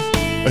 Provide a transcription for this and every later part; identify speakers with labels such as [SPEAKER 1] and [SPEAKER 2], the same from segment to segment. [SPEAKER 1] A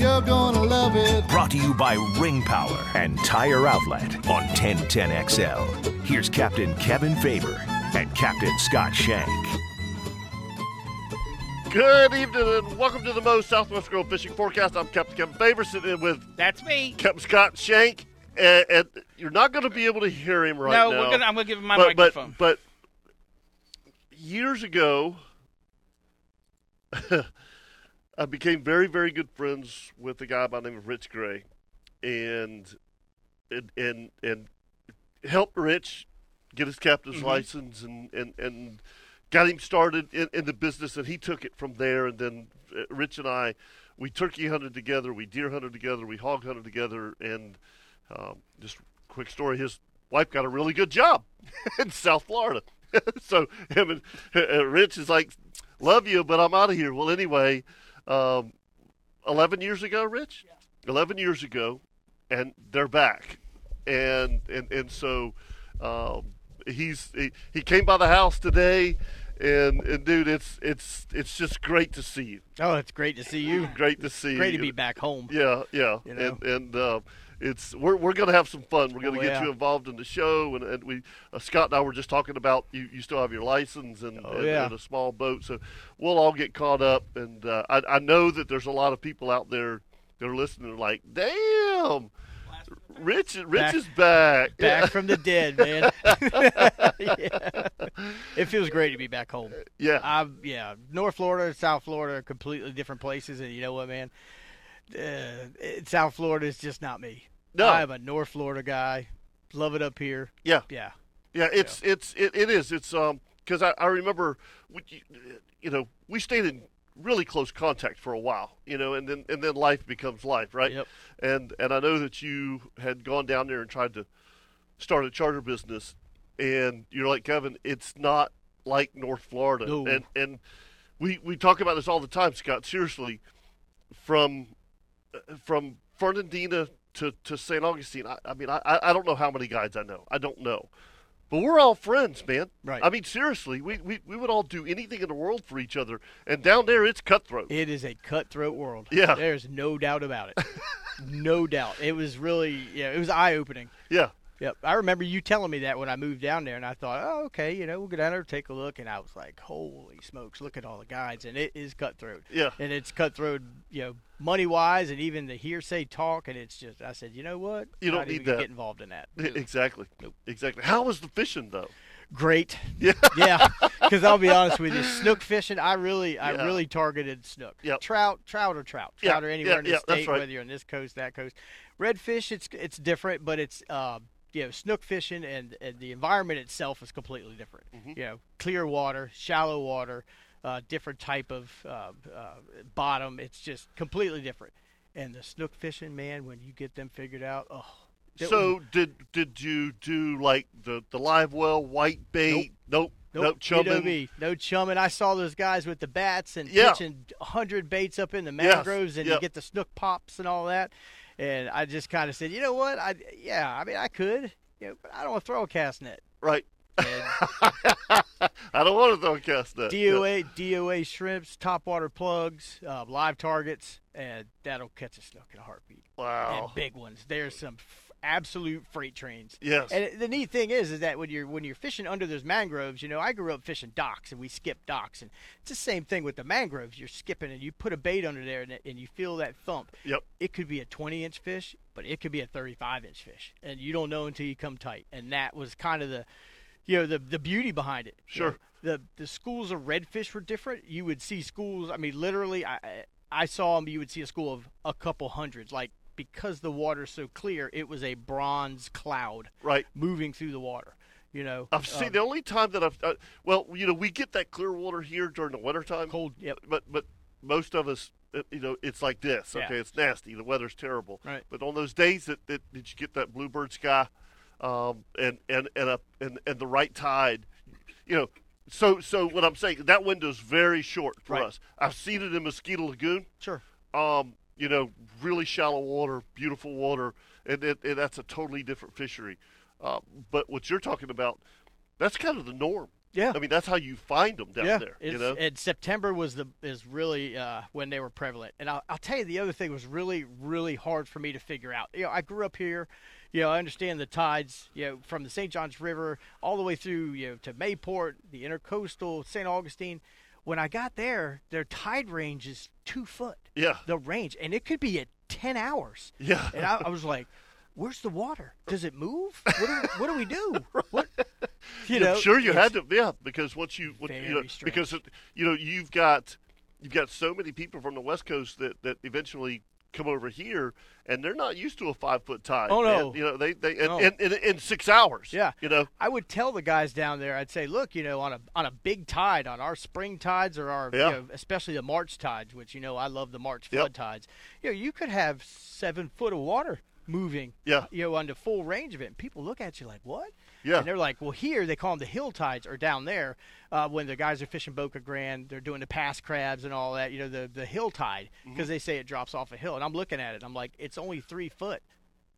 [SPEAKER 2] You're gonna love it.
[SPEAKER 3] Brought to you by Ring Power and Tire Outlet on 1010XL. Here's Captain Kevin Faber and Captain Scott Shank.
[SPEAKER 1] Good evening and welcome to the Moe's Southwest Grill Fishing Forecast. I'm Captain Kevin Favor sitting in with
[SPEAKER 4] That's me.
[SPEAKER 1] Captain Scott Shank. And, and you're not going to be able to hear him right
[SPEAKER 4] no,
[SPEAKER 1] now.
[SPEAKER 4] we're gonna, I'm going to give him my
[SPEAKER 1] but, but,
[SPEAKER 4] microphone.
[SPEAKER 1] but years ago, I became very, very good friends with a guy by the name of Rich Gray, and and and, and helped Rich get his captain's
[SPEAKER 4] Mm-hmm.
[SPEAKER 1] license and, and, and got him started in, in the business, and he took it from there. And then uh, Rich and I, we turkey hunted together, we deer hunted together, we hog hunted together, and um, just quick story: his wife got a really good job in South Florida. so him and uh, Rich is like, "Love you, but I'm out of here." Well, anyway, um, eleven years ago, Rich, eleven years ago, and they're back, and and and so um, he's he, he came by the house today. And, and dude, it's it's it's just great to see you.
[SPEAKER 4] oh, it's great to see you.
[SPEAKER 1] Great to see
[SPEAKER 4] Great to
[SPEAKER 1] you.
[SPEAKER 4] be back home.
[SPEAKER 1] Yeah, yeah,
[SPEAKER 4] You know?
[SPEAKER 1] and and uh, it's we're we're gonna have some fun. We're gonna
[SPEAKER 4] Oh,
[SPEAKER 1] get
[SPEAKER 4] yeah.
[SPEAKER 1] you involved in the show, and, and we uh, Scott and I were just talking about you. You still have your license and,
[SPEAKER 4] Oh,
[SPEAKER 1] and,
[SPEAKER 4] yeah.
[SPEAKER 1] and a small boat, so we'll all get caught up. And uh, I I know that there's a lot of people out there that are listening, like, damn, Rich Rich
[SPEAKER 4] Back-
[SPEAKER 1] is back.
[SPEAKER 4] Back from the dead, man. Yeah. It feels great to be back home.
[SPEAKER 1] Yeah, yeah.
[SPEAKER 4] I yeah, North Florida, South Florida are completely different places, and you know what, man? Uh, it- South Florida is just not me.
[SPEAKER 1] No.
[SPEAKER 4] I'm a North Florida guy. Love it up here.
[SPEAKER 1] yeah.
[SPEAKER 4] Yeah,
[SPEAKER 1] Yeah, it's it's it, it is. It's um because I, I remember, we, you know, we stayed in really close contact for a while, you know, and then and then life becomes life, right?
[SPEAKER 4] Yep.
[SPEAKER 1] And and I know that you had gone down there and tried to start a charter business, and you're like Kevin, it's not like North Florida,
[SPEAKER 4] No.
[SPEAKER 1] and and we we talk about this all the time, Scott. Seriously, from uh, from Fernandina to, to St. Augustine, I, I mean, I, I I don't know how many guys I know. I don't know. But we're all friends, man.
[SPEAKER 4] Right.
[SPEAKER 1] I mean, seriously, we, we, we would all do anything in the world for each other. And down there, it's cutthroat.
[SPEAKER 4] it is a cutthroat world.
[SPEAKER 1] Yeah.
[SPEAKER 4] there's no doubt about it. no doubt. It was really yeah, it was eye opening.
[SPEAKER 1] Yeah.
[SPEAKER 4] Yep. I remember you telling me that when I moved down there, and I thought, oh, okay, you know, we'll go down there, take a look. And I was like, holy smokes, look at all the guides. And it is cutthroat.
[SPEAKER 1] Yeah.
[SPEAKER 4] And it's cutthroat, you know, money wise, and even the hearsay talk. And it's just, I said, you know what?
[SPEAKER 1] You don't
[SPEAKER 4] Not
[SPEAKER 1] need
[SPEAKER 4] even gonna
[SPEAKER 1] that.
[SPEAKER 4] get involved in that.
[SPEAKER 1] Exactly. Exactly. How was the fishing, though?
[SPEAKER 4] Great.
[SPEAKER 1] Yeah.
[SPEAKER 4] yeah. Because I'll be honest with you, snook fishing, I really,
[SPEAKER 1] Yeah.
[SPEAKER 4] I really targeted snook.
[SPEAKER 1] Yep.
[SPEAKER 4] Trout, trout or trout,
[SPEAKER 1] Yeah,
[SPEAKER 4] trout or anywhere
[SPEAKER 1] yeah,
[SPEAKER 4] in the
[SPEAKER 1] yeah, that's
[SPEAKER 4] state,
[SPEAKER 1] right.
[SPEAKER 4] whether you're on this coast, that coast. Redfish, it's it's different, but it's uh, you know snook fishing and, and the environment itself is completely different.
[SPEAKER 1] Mm-hmm.
[SPEAKER 4] You know, clear water, shallow water, uh, different type of uh, uh, bottom. It's just completely different. And the snook fishing, man, when you get them figured out, oh. that
[SPEAKER 1] so, did did you do like the, the live well, white bait? Nope. Nope.
[SPEAKER 4] Nope, you know
[SPEAKER 1] chumming.
[SPEAKER 4] me, no chumming. I saw those guys with the bats and
[SPEAKER 1] Yeah.
[SPEAKER 4] pitching hundred baits up in the
[SPEAKER 1] Yes,
[SPEAKER 4] mangroves, and
[SPEAKER 1] yep.
[SPEAKER 4] you get the snook pops and all that. And I just kind of said, you know what? I yeah, I mean, I could, you know, but I don't want to throw a cast net.
[SPEAKER 1] Right.
[SPEAKER 4] And
[SPEAKER 1] I don't want to throw a cast net. Uh, Yeah.
[SPEAKER 4] DOA, DOA shrimps, topwater plugs, uh, live targets, and that'll catch a snook in a heartbeat.
[SPEAKER 1] Wow.
[SPEAKER 4] And big ones. There's some f- absolute freight trains.
[SPEAKER 1] Yes.
[SPEAKER 4] And the neat thing is, is that when you're when you're fishing under those mangroves, you know, I grew up fishing docks, and we skip docks, and it's the same thing with the mangroves. You're skipping, and you put a bait under there, and, and you feel that thump.
[SPEAKER 1] Yep.
[SPEAKER 4] It could be a 20 inch fish, but it could be a 35 inch fish, and you don't know until you come tight. And that was kind of the, you know, the the beauty behind it. you
[SPEAKER 1] Sure.
[SPEAKER 4] know the the schools of redfish were different. You would see schools. I mean, literally, I I- I saw them. You would see a school of a couple hundreds. Like because the water's so clear, it was a bronze cloud
[SPEAKER 1] Right.
[SPEAKER 4] moving through the water. You know,
[SPEAKER 1] I've seen
[SPEAKER 4] um,
[SPEAKER 1] the only time that I've uh, well, you know, we get that clear water here during the wintertime.
[SPEAKER 4] cold. Yep.
[SPEAKER 1] But but most of us, uh, you know, it's like this.
[SPEAKER 4] Yeah.
[SPEAKER 1] Okay, it's nasty. The weather's terrible.
[SPEAKER 4] Right.
[SPEAKER 1] But on those days that, that, that you get that bluebird sky, um, and and and a and, and the right tide, you know. So so what I'm saying that window's very short for
[SPEAKER 4] Right.
[SPEAKER 1] us. I've seen it in Mosquito Lagoon.
[SPEAKER 4] Sure.
[SPEAKER 1] Um, you know, really shallow water, beautiful water, and, it, and that's a totally different fishery. Uh, but what you're talking about, that's kind of the norm.
[SPEAKER 4] Yeah.
[SPEAKER 1] I mean, that's how you find them down
[SPEAKER 4] yeah,
[SPEAKER 1] there.
[SPEAKER 4] It's,
[SPEAKER 1] You know,
[SPEAKER 4] and September was the is really uh, when they were prevalent. And I'll, I'll tell you the other thing was really really hard for me to figure out. You know, I grew up here. You know, I understand the tides. You know, from the St. Johns River all the way through you know to Mayport, the intercoastal, St. Augustine. When I got there, their tide range is two foot.
[SPEAKER 1] Yeah.
[SPEAKER 4] The range, and it could be at ten hours.
[SPEAKER 1] Yeah.
[SPEAKER 4] And I, I was like. Where's the water? Does it move? What do, what do we do? What,
[SPEAKER 1] Yeah,
[SPEAKER 4] you know,
[SPEAKER 1] sure you
[SPEAKER 4] it's-
[SPEAKER 1] had to, yeah, because once you, what, you know,
[SPEAKER 4] Very strange.
[SPEAKER 1] because it, you know you've got you've got so many people from the West Coast that that eventually come over here and they're not used to a five foot tide.
[SPEAKER 4] Oh,
[SPEAKER 1] man.
[SPEAKER 4] no.
[SPEAKER 1] you know they they and,
[SPEAKER 4] No.
[SPEAKER 1] and, and, in six hours.
[SPEAKER 4] Yeah.
[SPEAKER 1] you know,
[SPEAKER 4] I would tell the guys down there, I'd say, look, you know, on a on a big tide, on our spring tides or our,
[SPEAKER 1] Yeah.
[SPEAKER 4] you know, especially the March tides, which you know I love the March
[SPEAKER 1] Yep.
[SPEAKER 4] flood tides. You know, you could have seven foot of water moving.
[SPEAKER 1] Yeah.
[SPEAKER 4] You know, under full range of it, and people look at you like, what?
[SPEAKER 1] Yeah.
[SPEAKER 4] And they're like, well, here they call them the hill tides, or down there, uh, when the guys are fishing Boca Grande, they're doing the pass crabs and all that. You know, the the hill tide
[SPEAKER 1] Mm-hmm.
[SPEAKER 4] because they say it drops off a hill, and I'm looking at it, I'm like, it's only three foot.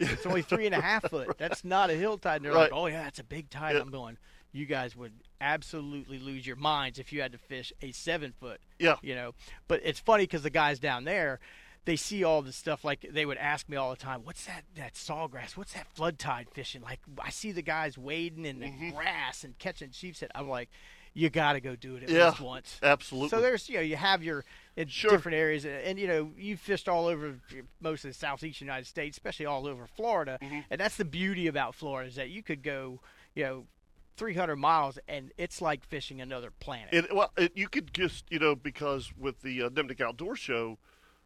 [SPEAKER 4] It's only three and a half foot. That's not a hill tide. And they're
[SPEAKER 1] Right.
[SPEAKER 4] like, oh yeah, it's a big tide.
[SPEAKER 1] Yeah.
[SPEAKER 4] I'm going. You guys would absolutely lose your minds if you had to fish a seven foot.
[SPEAKER 1] Yeah.
[SPEAKER 4] You know, but it's funny because the guys down there, they see all this stuff. Like they would ask me all the time, "What's that? That sawgrass? What's that flood tide fishing?" Like I see the guys wading in the
[SPEAKER 1] Mm-hmm.
[SPEAKER 4] grass and catching sheepshead. I'm like, you got to go do it at
[SPEAKER 1] Yeah,
[SPEAKER 4] least once.
[SPEAKER 1] absolutely.
[SPEAKER 4] So there's you know you have your in
[SPEAKER 1] Sure.
[SPEAKER 4] different areas, and, you know you fished all over most of the southeast United States, especially all over Florida,
[SPEAKER 1] Mm-hmm.
[SPEAKER 4] and that's the beauty about Florida is that you could go you know 300 miles and it's like fishing another planet.
[SPEAKER 1] It, well, it, you could just, you know, because with the uh, Nimnik Outdoor Show,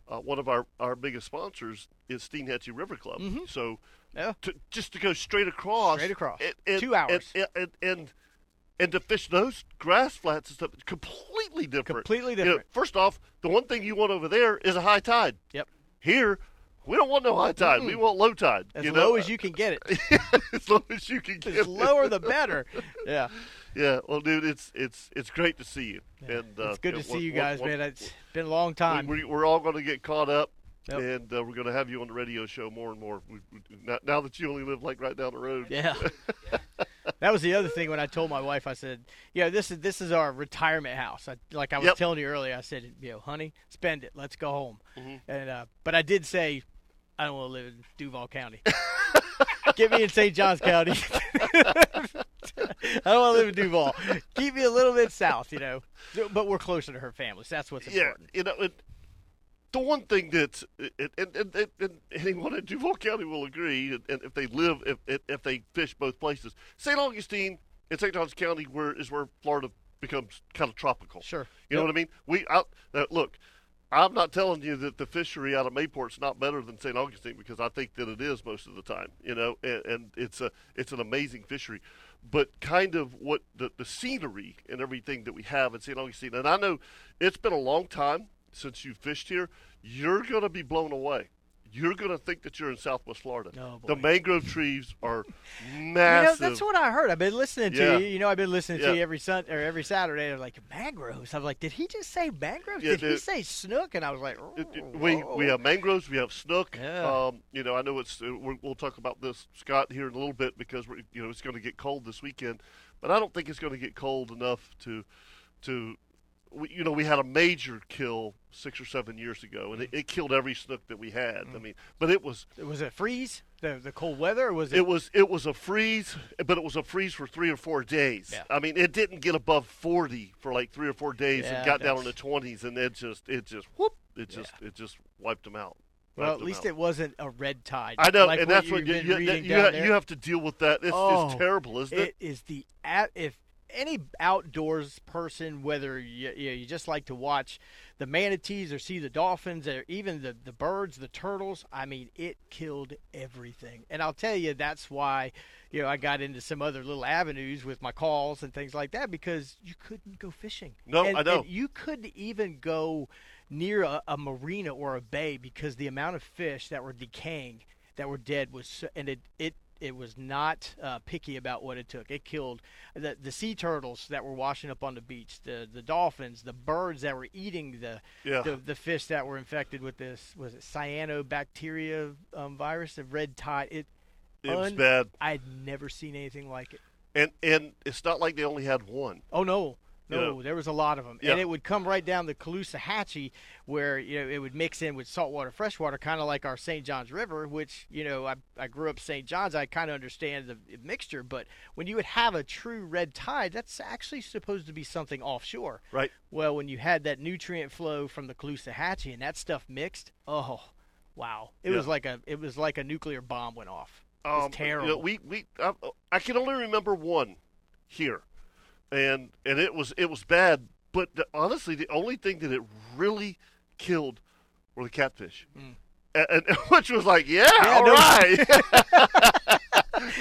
[SPEAKER 1] uh, one of our, our biggest sponsors is Steenhatchee River Club. So
[SPEAKER 4] Mm-hmm. Yeah.
[SPEAKER 1] to, just to go straight across.
[SPEAKER 4] Straight across.
[SPEAKER 1] and- and-
[SPEAKER 4] Two hours.
[SPEAKER 1] And, and, and, and to fish those grass flats and stuff, completely different.
[SPEAKER 4] Completely
[SPEAKER 1] You know,
[SPEAKER 4] different.
[SPEAKER 1] first off, the one thing you want over there is a high tide.
[SPEAKER 4] Yep,
[SPEAKER 1] Here, we don't want no high tide. We want low tide.
[SPEAKER 4] as
[SPEAKER 1] you know? uh,
[SPEAKER 4] low as you can get it.
[SPEAKER 1] as low as you can get.
[SPEAKER 4] The lower the better. Yeah,
[SPEAKER 1] Yeah. Well, dude, it's it's it's great to see you. And uh,
[SPEAKER 4] it's good
[SPEAKER 1] yeah,
[SPEAKER 4] to
[SPEAKER 1] one-
[SPEAKER 4] see you
[SPEAKER 1] one-
[SPEAKER 4] guys,
[SPEAKER 1] one-
[SPEAKER 4] man. It's been a long time.
[SPEAKER 1] we, we- we're all going to get caught up,
[SPEAKER 4] Yep.
[SPEAKER 1] and uh, we're going to have you on the radio show more and more. We, we, now, now that you only live like right down the road.
[SPEAKER 4] Yeah. that was the other thing when I told my wife, I said, "Yeah, this is this is our retirement house." I, like I was
[SPEAKER 1] Yep.
[SPEAKER 4] telling you earlier, I said, "You know, honey, spend it. Let's go home."
[SPEAKER 1] Mm-hmm.
[SPEAKER 4] And uh, but I did say, I don't want to live in Duval County. Get me in St. Johns County. I don't want to live in Duval. Keep me a little bit south, you know. But we're closer to her family, so that's what's
[SPEAKER 1] yeah.
[SPEAKER 4] important.
[SPEAKER 1] You know, it, the one thing that and, and, and, and anyone in Duval County will agree, and, and if they live, if, if if they fish both places, St. Augustine and St. Johns County, where is where Florida becomes kind of tropical.
[SPEAKER 4] Sure.
[SPEAKER 1] You know what I mean? We out now, look. I'm not telling you that the fishery out of Mayport's not better than St. Augustine because I think that it is most of the time, you know, and, and it's a it's an amazing fishery, but kind of what the, the scenery and everything that we have in St. Augustine, and I know it's been a long time since you fished here, you're gonna be blown away. You're gonna think that you're in Southwest Florida.
[SPEAKER 4] Oh, boy.
[SPEAKER 1] The mangrove trees are
[SPEAKER 4] You know,
[SPEAKER 1] massive.
[SPEAKER 4] that's what I heard. I've been listening to
[SPEAKER 1] Yeah.
[SPEAKER 4] you. You know, I've been listening
[SPEAKER 1] Yeah.
[SPEAKER 4] to you every sun or every Saturday. They're like mangroves. I'm like, did he just say mangroves?
[SPEAKER 1] Yeah,
[SPEAKER 4] did he
[SPEAKER 1] dude.
[SPEAKER 4] say snook? And I was like,
[SPEAKER 1] It- it-
[SPEAKER 4] "Ooh,
[SPEAKER 1] we
[SPEAKER 4] whoa."
[SPEAKER 1] we have mangroves, we have snook.
[SPEAKER 4] Yeah.
[SPEAKER 1] Um, you know, I know it's uh, we're, we'll talk about this Scott here in a little bit because we're, you know it's going to get cold this weekend, but I don't think it's going to get cold enough to to we, you know we had a major kill six or seven years ago and it, it killed every snook that we had. I mean, but it was
[SPEAKER 4] It was a freeze. The, the cold weather or was it?
[SPEAKER 1] It was it was a freeze, but it was a freeze for three or four days.
[SPEAKER 4] Yeah.
[SPEAKER 1] I mean, it didn't get above forty for like three or four days,
[SPEAKER 4] Yeah,
[SPEAKER 1] and got down in the
[SPEAKER 4] that's-
[SPEAKER 1] twenties, and it just it just whoop, it just it just wiped them out.
[SPEAKER 4] well,
[SPEAKER 1] Wiped
[SPEAKER 4] at
[SPEAKER 1] 'em
[SPEAKER 4] least
[SPEAKER 1] out.
[SPEAKER 4] it wasn't a red tide.
[SPEAKER 1] I know,
[SPEAKER 4] like
[SPEAKER 1] and that's what
[SPEAKER 4] you've
[SPEAKER 1] you
[SPEAKER 4] been
[SPEAKER 1] you,
[SPEAKER 4] reading
[SPEAKER 1] you,
[SPEAKER 4] down
[SPEAKER 1] ha-
[SPEAKER 4] there.
[SPEAKER 1] you have to deal with that. It's, it's
[SPEAKER 4] Oh,
[SPEAKER 1] terrible, isn't it?
[SPEAKER 4] It is the at if any outdoors person, whether you, you, you just like to watch the manatees or see the dolphins or even the, the birds, the turtles, I mean, it killed everything. And I'll tell you, that's why, you know, I got into some other little avenues with my calls and things like that because you couldn't go fishing.
[SPEAKER 1] No,
[SPEAKER 4] And-
[SPEAKER 1] I know.
[SPEAKER 4] and you couldn't even go near a, a marina or a bay because the amount of fish that were decaying that were dead was so, and it it it was not uh, picky about what it took. It killed the, the sea turtles that were washing up on the beach, the the dolphins, the birds that were eating the
[SPEAKER 1] Yeah.
[SPEAKER 4] the, the fish that were infected with this was it cyanobacteria um, virus, the red tide. It
[SPEAKER 1] It was
[SPEAKER 4] un-
[SPEAKER 1] bad,
[SPEAKER 4] I'd never seen anything like it.
[SPEAKER 1] and and it's not like they only had one.
[SPEAKER 4] Oh no,
[SPEAKER 1] You
[SPEAKER 4] no,
[SPEAKER 1] know.
[SPEAKER 4] there was a lot of them,
[SPEAKER 1] Yeah.
[SPEAKER 4] and it would come right down the Caloosahatchee, where you know it would mix in with saltwater, freshwater, kind of like our St. Johns River, which you know I, I grew up St. Johns, I kind of understand the mixture, but when you would have a true red tide, that's actually supposed to be something offshore.
[SPEAKER 1] Right.
[SPEAKER 4] Well, when you had that nutrient flow from the Caloosahatchee and that stuff mixed, oh, wow, it was
[SPEAKER 1] Yeah.
[SPEAKER 4] like a it was like a nuclear bomb went off. It was
[SPEAKER 1] Um,
[SPEAKER 4] terrible.
[SPEAKER 1] You know, we we I, I can only remember one here, and and it was it was bad. But the, honestly, the only thing that it really killed were the catfish,
[SPEAKER 4] Mm.
[SPEAKER 1] A- and, which was like, yeah, all
[SPEAKER 4] no-
[SPEAKER 1] right,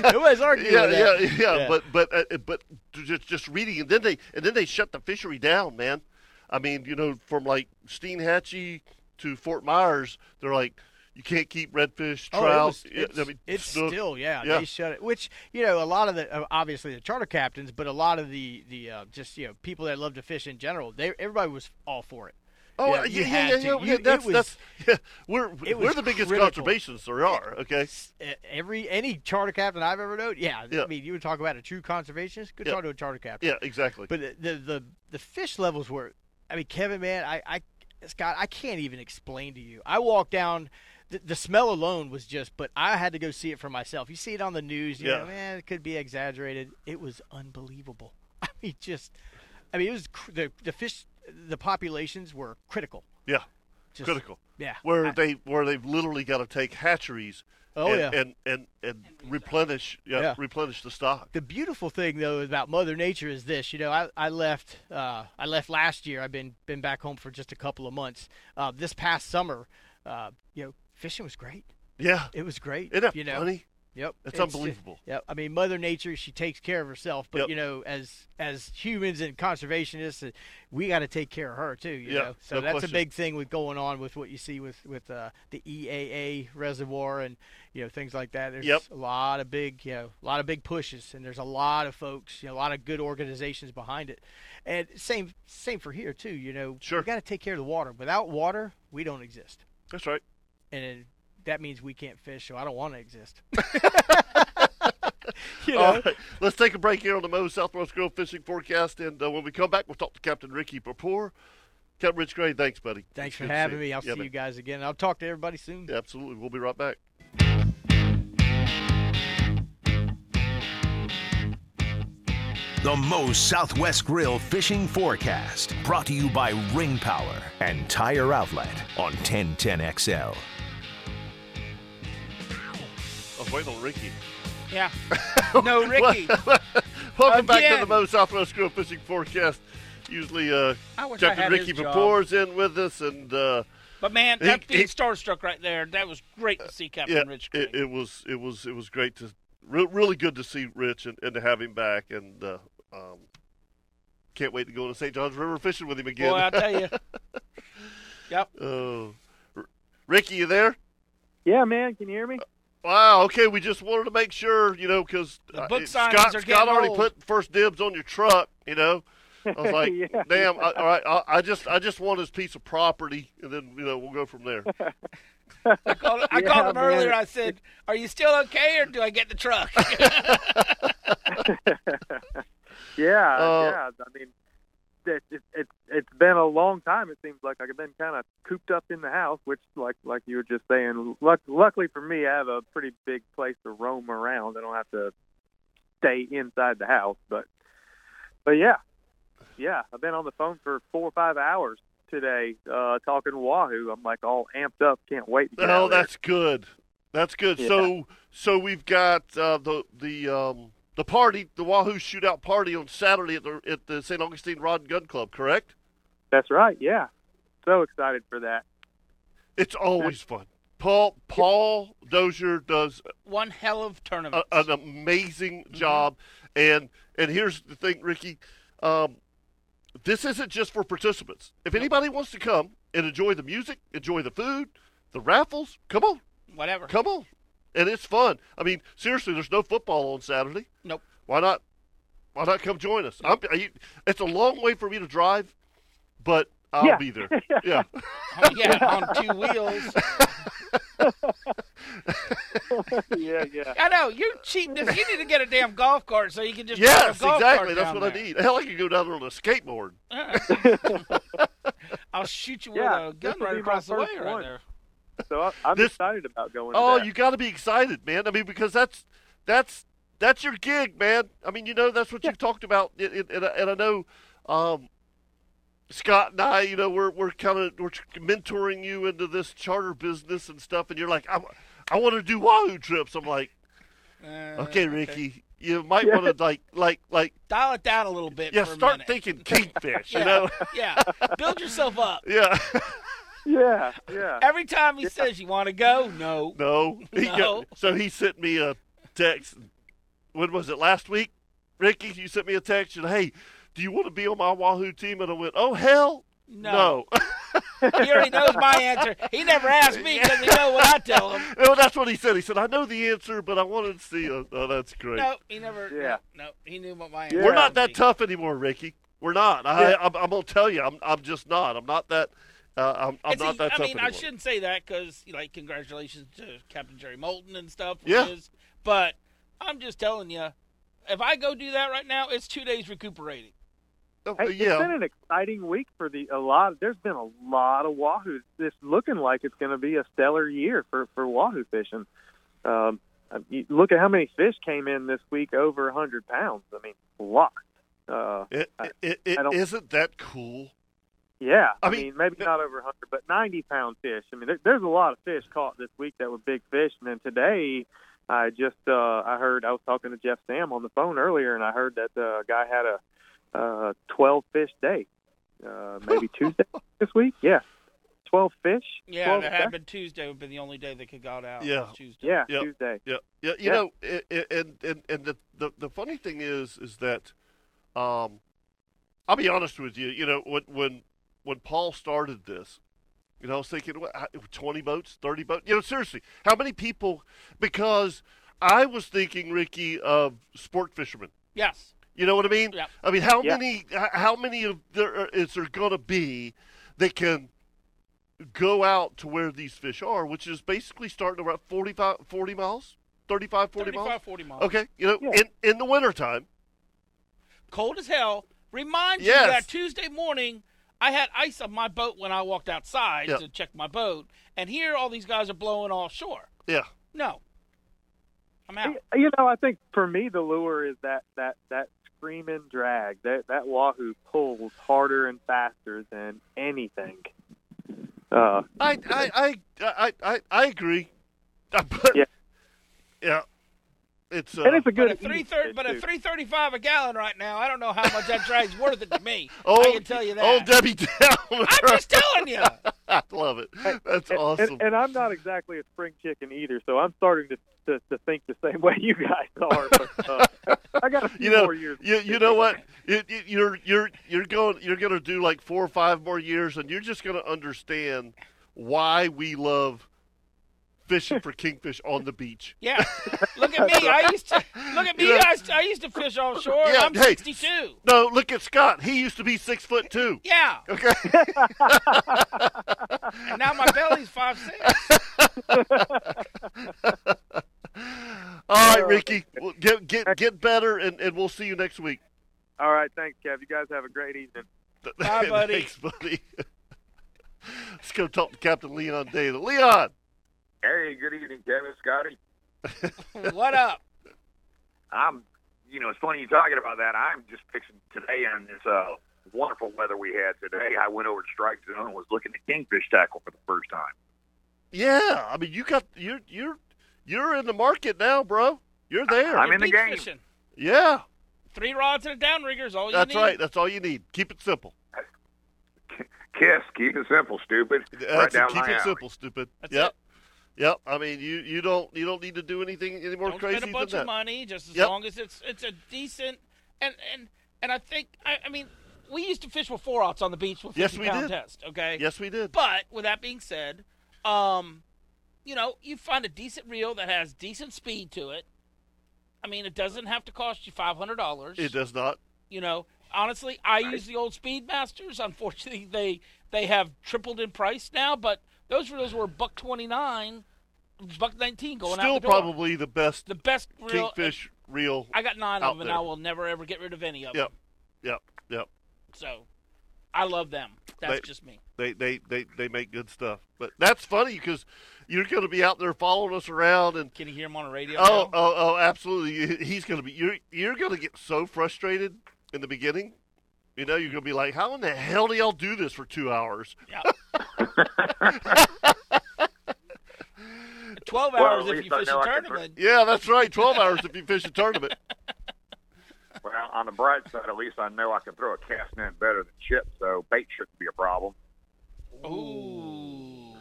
[SPEAKER 4] Nobody's arguing
[SPEAKER 1] yeah,
[SPEAKER 4] with that.
[SPEAKER 1] yeah, yeah, But but uh, but just just reading, and then they and then they shut the fishery down, man. I mean, you know, from like Steenhatchee to Fort Myers, they're like, you can't keep redfish,
[SPEAKER 4] Oh, it
[SPEAKER 1] trout.
[SPEAKER 4] was-
[SPEAKER 1] yeah,
[SPEAKER 4] it's,
[SPEAKER 1] I mean,
[SPEAKER 4] it's
[SPEAKER 1] snook.
[SPEAKER 4] still, yeah,
[SPEAKER 1] yeah.
[SPEAKER 4] They shut it, which you know, a lot of the uh, obviously the charter captains, but a lot of the the uh, just you know people that love to fish in general, they everybody was all for it.
[SPEAKER 1] Oh,
[SPEAKER 4] Yeah,
[SPEAKER 1] yeah,
[SPEAKER 4] you
[SPEAKER 1] yeah,
[SPEAKER 4] had
[SPEAKER 1] yeah,
[SPEAKER 4] to.
[SPEAKER 1] yeah,
[SPEAKER 4] You-
[SPEAKER 1] yeah,
[SPEAKER 4] it
[SPEAKER 1] that's,
[SPEAKER 4] was-
[SPEAKER 1] that's, yeah. We're,
[SPEAKER 4] it
[SPEAKER 1] we're
[SPEAKER 4] was
[SPEAKER 1] the biggest
[SPEAKER 4] critical.
[SPEAKER 1] conservationists there are, okay?
[SPEAKER 4] E- Every any charter captain I've ever known, yeah,
[SPEAKER 1] Yeah.
[SPEAKER 4] I mean, you would talk about a true conservationist. Good
[SPEAKER 1] Yeah.
[SPEAKER 4] talk to a charter captain.
[SPEAKER 1] Yeah, exactly.
[SPEAKER 4] But the, the the the fish levels were. I mean, Kevin, man, I, I Scott, I can't even explain to you. I walked down. The, the smell alone was just, but I had to go see it for myself. You see it on the news, you
[SPEAKER 1] Yeah.
[SPEAKER 4] know, man, it could be exaggerated. It was unbelievable. I mean, just, I mean, it was cr- the the fish, the populations were critical.
[SPEAKER 1] yeah,
[SPEAKER 4] Just,
[SPEAKER 1] critical.
[SPEAKER 4] Yeah.
[SPEAKER 1] Where
[SPEAKER 4] I-
[SPEAKER 1] they where they've literally got to take hatcheries
[SPEAKER 4] Oh,
[SPEAKER 1] and,
[SPEAKER 4] yeah.
[SPEAKER 1] and, and, and replenish yeah,
[SPEAKER 4] Yeah.
[SPEAKER 1] replenish the stock.
[SPEAKER 4] the beautiful thing though about Mother Nature is this. You know, I, I left uh, I left last year. I've been been back home for just a couple of months. Uh, this past summer, uh, you know, fishing was great.
[SPEAKER 1] Yeah,
[SPEAKER 4] It was great.
[SPEAKER 1] isn't that
[SPEAKER 4] you know,
[SPEAKER 1] funny?
[SPEAKER 4] Yep,
[SPEAKER 1] That's
[SPEAKER 4] it's-
[SPEAKER 1] unbelievable.
[SPEAKER 4] Yep. I mean, Mother Nature, she takes care of herself, but
[SPEAKER 1] Yep.
[SPEAKER 4] you know, as as humans and conservationists, uh, we got to take care of her too. You
[SPEAKER 1] Yeah,
[SPEAKER 4] know, so
[SPEAKER 1] no
[SPEAKER 4] that's
[SPEAKER 1] question.
[SPEAKER 4] a big thing with going on with what you see with with uh, the EAA reservoir and you know things like that. There's
[SPEAKER 1] Yep.
[SPEAKER 4] a lot of big, you know, a lot of big pushes, and there's a lot of folks, you know, a lot of good organizations behind it. And same same for here too. You know,
[SPEAKER 1] Sure.
[SPEAKER 4] we got to take care of the water. Without water, we don't exist,
[SPEAKER 1] That's right.
[SPEAKER 4] and. then that means we can't fish, so I don't want to exist. you know,
[SPEAKER 1] All right. Let's take a break here on the Mo Southwest Grill Fishing Forecast, and uh, when we come back, we'll talk to Captain Ricky Papour. Captain Rich Gray, thanks, buddy.
[SPEAKER 4] Thanks
[SPEAKER 1] It's
[SPEAKER 4] for
[SPEAKER 1] good to
[SPEAKER 4] having
[SPEAKER 1] you.
[SPEAKER 4] me. I'll
[SPEAKER 1] Yeah,
[SPEAKER 4] see
[SPEAKER 1] man.
[SPEAKER 4] you guys again. I'll talk to everybody soon.
[SPEAKER 1] Yeah, absolutely. We'll be right back.
[SPEAKER 3] The Moe's Southwest Grill Fishing Forecast, brought to you by Ring Power and Tire Outlet on 1010XL.
[SPEAKER 1] I was waiting on Ricky.
[SPEAKER 5] Yeah. No, Ricky.
[SPEAKER 1] Welcome back to the
[SPEAKER 5] Again.
[SPEAKER 1] Mo Southwest Grill Fishing Forecast. Usually, uh,
[SPEAKER 5] I wish I
[SPEAKER 1] Captain
[SPEAKER 5] had
[SPEAKER 1] Ricky
[SPEAKER 5] his job.
[SPEAKER 1] Papour's in with us, and uh,
[SPEAKER 5] But man, that
[SPEAKER 1] He-
[SPEAKER 5] being
[SPEAKER 1] he-
[SPEAKER 5] starstruck right there, that was great to see Captain
[SPEAKER 1] yeah,
[SPEAKER 5] Rich. Green.
[SPEAKER 1] it, it was it was it was great to re- really good to see Rich and, and to have him back, and uh, um, can't wait to go to St. Johns River fishing with him
[SPEAKER 5] Boy, I
[SPEAKER 1] again.
[SPEAKER 5] tell you. yep.
[SPEAKER 1] Oh, R- Ricky, you there?
[SPEAKER 6] Yeah, man, can you hear me?
[SPEAKER 1] Wow. Okay, we just wanted to make sure, you know, because
[SPEAKER 5] The book signings
[SPEAKER 1] Scott,
[SPEAKER 5] are
[SPEAKER 1] Scott
[SPEAKER 5] getting
[SPEAKER 1] already
[SPEAKER 5] old.
[SPEAKER 1] put first dibs on your truck, you know. I was like,
[SPEAKER 6] Yeah.
[SPEAKER 1] damn. I, all right, I, I just I just want his piece of property, and then you know we'll go from there.
[SPEAKER 5] I called, I
[SPEAKER 6] Yeah,
[SPEAKER 5] called him
[SPEAKER 6] man.
[SPEAKER 5] earlier. I said, "Are you still okay, or do I get the truck?"
[SPEAKER 6] Yeah,
[SPEAKER 1] Uh,
[SPEAKER 6] yeah. I mean, it, it, it, it's been a long time. It seems like I've been kind of cooped up in the house, which, like like you were just saying, luck, luckily for me, I have a pretty big place to roam around. I don't have to stay inside the house. But but yeah, yeah, I've been on the phone for four or five hours today uh, talking Wahoo. I'm like all amped up, can't wait. To get out
[SPEAKER 1] Oh,
[SPEAKER 6] of there.
[SPEAKER 1] that's good. That's good.
[SPEAKER 6] Yeah.
[SPEAKER 1] So so we've got uh, the the um, the party, the Wahoo Shootout party on Saturday at the at the St. Augustine Rod and Gun Club. Correct?
[SPEAKER 6] that's right. Yeah, so excited for that.
[SPEAKER 1] It's always fun. Paul Paul Dozier does
[SPEAKER 5] One hell of
[SPEAKER 1] a,
[SPEAKER 5] tournament.
[SPEAKER 1] an amazing
[SPEAKER 5] Mm-hmm.
[SPEAKER 1] job, and and here's the thing, Ricky, um, this isn't just for participants. If anybody wants to come and enjoy the music, enjoy the food, the raffles, come on,
[SPEAKER 5] Whatever.
[SPEAKER 1] Uh, come on, and it's fun. I mean, seriously, there's no football on Saturday.
[SPEAKER 5] Nope.
[SPEAKER 1] Why not? Why not come join us? I'm, I, it's a long way for me to drive, but I'll
[SPEAKER 6] Yeah.
[SPEAKER 1] be there. Yeah.
[SPEAKER 5] Oh, yeah, on two wheels.
[SPEAKER 6] yeah, yeah.
[SPEAKER 5] I know you're cheating. This. You need to get a damn golf cart so you can just drive
[SPEAKER 1] yes,
[SPEAKER 5] a golf
[SPEAKER 1] exactly.
[SPEAKER 5] Cart
[SPEAKER 1] That's
[SPEAKER 5] down
[SPEAKER 1] what I
[SPEAKER 5] there.
[SPEAKER 1] need. Hell, I could go down there on a skateboard.
[SPEAKER 5] I'll shoot you
[SPEAKER 6] Yeah,
[SPEAKER 5] with a
[SPEAKER 6] this
[SPEAKER 5] gun
[SPEAKER 6] will
[SPEAKER 5] right
[SPEAKER 6] be my
[SPEAKER 5] across the way
[SPEAKER 6] first
[SPEAKER 5] right
[SPEAKER 6] one.
[SPEAKER 5] there.
[SPEAKER 6] So I, I'm
[SPEAKER 1] This-
[SPEAKER 6] excited about going. to
[SPEAKER 1] Oh,
[SPEAKER 6] that.
[SPEAKER 1] you got to be excited, man. I mean, because that's that's that's your gig, man. I mean, you know, that's what you've talked about, and, and, and I- and I know um, Scott and I, you know, we're we're kind of we're mentoring you into this charter business and stuff, and you're like, I, I want to do Wahoo trips. I'm like,
[SPEAKER 5] Uh,
[SPEAKER 1] okay, Ricky, you might want to like like like
[SPEAKER 5] Dial it down a little bit.
[SPEAKER 1] yeah,
[SPEAKER 5] for a
[SPEAKER 1] start
[SPEAKER 5] minute.
[SPEAKER 1] thinking kingfish,
[SPEAKER 5] Yeah,
[SPEAKER 1] you know,
[SPEAKER 5] yeah. Build yourself up.
[SPEAKER 1] yeah.
[SPEAKER 6] Yeah, yeah.
[SPEAKER 5] Every time he says you want to go, no.
[SPEAKER 1] No. He got-
[SPEAKER 5] No.
[SPEAKER 1] so he sent me a text. When was it? Last week, Ricky. You sent me a text and hey, do you want to be on my Wahoo team? And I went, oh hell,
[SPEAKER 5] No. He already knows my answer. He never asked me because he knows what I tell him.
[SPEAKER 1] well, that's what he said. He said, I know the answer, but I wanted to see. A, oh, that's great.
[SPEAKER 5] No, he never.
[SPEAKER 6] Yeah.
[SPEAKER 5] No, no, he knew what my
[SPEAKER 6] Yeah.
[SPEAKER 5] answer.
[SPEAKER 1] We're not
[SPEAKER 5] would
[SPEAKER 1] that
[SPEAKER 5] be.
[SPEAKER 1] tough anymore, Ricky. We're not. I, I'm, I'm gonna tell you, I'm, I'm just not. I'm not that. Uh, I'm, I'm
[SPEAKER 5] And see,
[SPEAKER 1] not that
[SPEAKER 5] e, I
[SPEAKER 1] tough
[SPEAKER 5] mean,
[SPEAKER 1] anymore.
[SPEAKER 5] I shouldn't say that because, like, congratulations to Captain Jerry Moulton and stuff. for
[SPEAKER 1] Yeah.
[SPEAKER 5] his- but I'm just telling you, if I go do that right now, it's two days recuperating.
[SPEAKER 1] Oh,
[SPEAKER 6] Hey,
[SPEAKER 1] yeah.
[SPEAKER 6] It's been an exciting week for the a lot. There's been a lot of wahoo. It's looking like it's going to be a stellar year for for wahoo fishing. Um, uh, you look at how many fish came in this week over 100 pounds. I mean, lots. Uh,
[SPEAKER 1] It,
[SPEAKER 6] I-
[SPEAKER 1] it, it,
[SPEAKER 6] I
[SPEAKER 1] it
[SPEAKER 6] don't-
[SPEAKER 1] isn't that cool.
[SPEAKER 6] yeah,
[SPEAKER 1] I
[SPEAKER 6] I
[SPEAKER 1] mean-
[SPEAKER 6] mean, maybe not over 100, but 90 pound fish. I mean, there, there's a lot of fish caught this week that were big fish. And then today, I just uh, I heard I was talking to Jeff Sam on the phone earlier, and I heard that the guy had a uh, 12 fish day, uh, maybe Tuesday this week. Yeah, 12 fish.
[SPEAKER 5] Yeah,
[SPEAKER 6] 12
[SPEAKER 5] that
[SPEAKER 6] fish.
[SPEAKER 5] happened Tuesday would be the only day they could got out.
[SPEAKER 1] Yeah.
[SPEAKER 5] was Tuesday.
[SPEAKER 6] Yeah,
[SPEAKER 1] Yep.
[SPEAKER 6] Tuesday.
[SPEAKER 1] Yeah, yeah. You
[SPEAKER 6] Yeah.
[SPEAKER 1] know, i- i- and and and the, the the funny thing is, is that, um, I'll be honest with you. You know, when when when Paul started this, you know, I was thinking, what, I- twenty boats, thirty boats. You know, seriously, how many people? Because I was thinking, Ricky, of sport fishermen.
[SPEAKER 5] Yes.
[SPEAKER 1] You know what I mean?
[SPEAKER 5] Yep.
[SPEAKER 1] I mean, how
[SPEAKER 6] Yeah.
[SPEAKER 1] many h- how many of there uh, is there gonna be that can go out to where these fish are, which is basically starting around 45, 40 miles, 35, 40 miles.
[SPEAKER 5] 35, 40 miles.
[SPEAKER 1] Okay, you know,
[SPEAKER 6] Yeah.
[SPEAKER 1] in in the wintertime.
[SPEAKER 5] Cold as hell. Reminds
[SPEAKER 1] Yes.
[SPEAKER 5] you that Tuesday morning I had ice on my boat when I walked outside
[SPEAKER 1] Yeah.
[SPEAKER 5] to check my boat, and here all these guys are blowing offshore.
[SPEAKER 1] Yeah,
[SPEAKER 5] No. I'm out.
[SPEAKER 6] You know, I think for me the lure is that that that screaming drag. That that wahoo pulls harder and faster than anything. Uh,
[SPEAKER 1] I I I I I, I agree. But,
[SPEAKER 6] Yeah.
[SPEAKER 1] yeah, it's uh,
[SPEAKER 6] and it's a good
[SPEAKER 5] But at three
[SPEAKER 6] eating
[SPEAKER 5] thirty,
[SPEAKER 6] fish,
[SPEAKER 5] but at
[SPEAKER 6] too.
[SPEAKER 5] three thirty-five a gallon right now, I don't know how much that drag's worth it to me.
[SPEAKER 1] old,
[SPEAKER 5] I can tell you that.
[SPEAKER 1] Old Debbie Downer.
[SPEAKER 5] I'm just telling you.
[SPEAKER 1] I love it. That's
[SPEAKER 6] And-
[SPEAKER 1] awesome.
[SPEAKER 6] And, and I'm not exactly a spring chicken either, so I'm starting to to, to think the same way you guys are. But uh, I got a few
[SPEAKER 1] You know,
[SPEAKER 6] more years.
[SPEAKER 1] You, you know what? You, you- you're you're you're going you're going to do like four or five more years, and you're just going to understand why we love fishing for kingfish on the beach.
[SPEAKER 5] Yeah. Look at me. I used to look at me.
[SPEAKER 1] You know-
[SPEAKER 5] I, used to- I used to fish offshore. and
[SPEAKER 1] Yeah,
[SPEAKER 5] I'm
[SPEAKER 1] hey.
[SPEAKER 5] sixty-two.
[SPEAKER 1] No, look at Scott. He used to be six foot two.
[SPEAKER 5] Yeah.
[SPEAKER 1] Okay,
[SPEAKER 5] And now my belly's five six.
[SPEAKER 1] all right, Ricky, Well, get get get better, and, and we'll see you next week.
[SPEAKER 6] All right, thanks, Kev. You guys have a great evening.
[SPEAKER 5] Bye, buddy.
[SPEAKER 1] Thanks, buddy. Let's go talk to Captain Leon Data. Leon,
[SPEAKER 7] Hey, good evening, Kevin Scotty.
[SPEAKER 5] what up?
[SPEAKER 7] I'm, you know, it's funny you talking about that. I'm just fixing today on this uh, wonderful weather we had today. I went over to strike zone and was looking at kingfish tackle for the first time.
[SPEAKER 1] yeah, I mean you got you're you're you're in the market now, bro. You're there.
[SPEAKER 7] I'm in the
[SPEAKER 5] Deep
[SPEAKER 7] game.
[SPEAKER 5] fishing.
[SPEAKER 1] yeah,
[SPEAKER 5] Three rods and a downrigger is all you
[SPEAKER 1] that's
[SPEAKER 5] need.
[SPEAKER 1] right. That's all you need. Keep it simple.
[SPEAKER 7] Kiss, keep it simple, stupid. right
[SPEAKER 1] That's it.
[SPEAKER 7] down
[SPEAKER 1] Uh, Keep
[SPEAKER 7] my
[SPEAKER 1] it
[SPEAKER 7] alley.
[SPEAKER 1] simple, stupid.
[SPEAKER 5] That's
[SPEAKER 1] yep. Yep. I mean, you, you don't you don't need to do anything any more
[SPEAKER 5] Don't
[SPEAKER 1] crazy
[SPEAKER 5] spend a bunch
[SPEAKER 1] than
[SPEAKER 5] of
[SPEAKER 1] that.
[SPEAKER 5] money, just as
[SPEAKER 1] Yep.
[SPEAKER 5] long as it's it's a decent and and and I think I, I mean we used to fish with four outs on the beach with
[SPEAKER 1] Yes,
[SPEAKER 5] 50
[SPEAKER 1] we
[SPEAKER 5] pound
[SPEAKER 1] did.
[SPEAKER 5] test. Okay.
[SPEAKER 1] Yes, we did.
[SPEAKER 5] But with that being said, um, you know, you find a decent reel that has decent speed to it. I mean, it doesn't have to cost you five hundred dollars.
[SPEAKER 1] It does not.
[SPEAKER 5] You know, honestly, I use the old Speedmasters. Unfortunately, they they have tripled in price now, but those reels were buck twenty nine, buck nineteen going
[SPEAKER 1] Still
[SPEAKER 5] out the door.
[SPEAKER 1] probably the best
[SPEAKER 5] the best reel.
[SPEAKER 1] kingfish reel.
[SPEAKER 5] I got nine
[SPEAKER 1] out
[SPEAKER 5] of them, and I
[SPEAKER 1] there.
[SPEAKER 5] will never ever get rid of any of
[SPEAKER 1] Yep.
[SPEAKER 5] them.
[SPEAKER 1] Yep. Yep.
[SPEAKER 5] So, I love them.
[SPEAKER 1] They-
[SPEAKER 5] That's just me.
[SPEAKER 1] They, they they they make good stuff. But that's funny because you're going to be out there following us around and
[SPEAKER 5] Can you hear them on the radio?
[SPEAKER 1] oh
[SPEAKER 5] now?
[SPEAKER 1] oh oh absolutely He- he's going to be you're you're going to get so frustrated in the beginning. You know, you're going to be like, how in the hell do y'all do this for two hours?
[SPEAKER 5] Twelve
[SPEAKER 7] Well,
[SPEAKER 5] hours
[SPEAKER 7] at
[SPEAKER 5] if
[SPEAKER 7] least
[SPEAKER 5] you
[SPEAKER 7] I
[SPEAKER 5] fish
[SPEAKER 7] know
[SPEAKER 5] a
[SPEAKER 7] I can
[SPEAKER 5] tournament.
[SPEAKER 1] Yeah, that's right. 12 hours if you fish a tournament.
[SPEAKER 7] Well, on the bright side, at least I know I can throw a cast net better than chip, so bait shouldn't be a problem.
[SPEAKER 5] Ooh.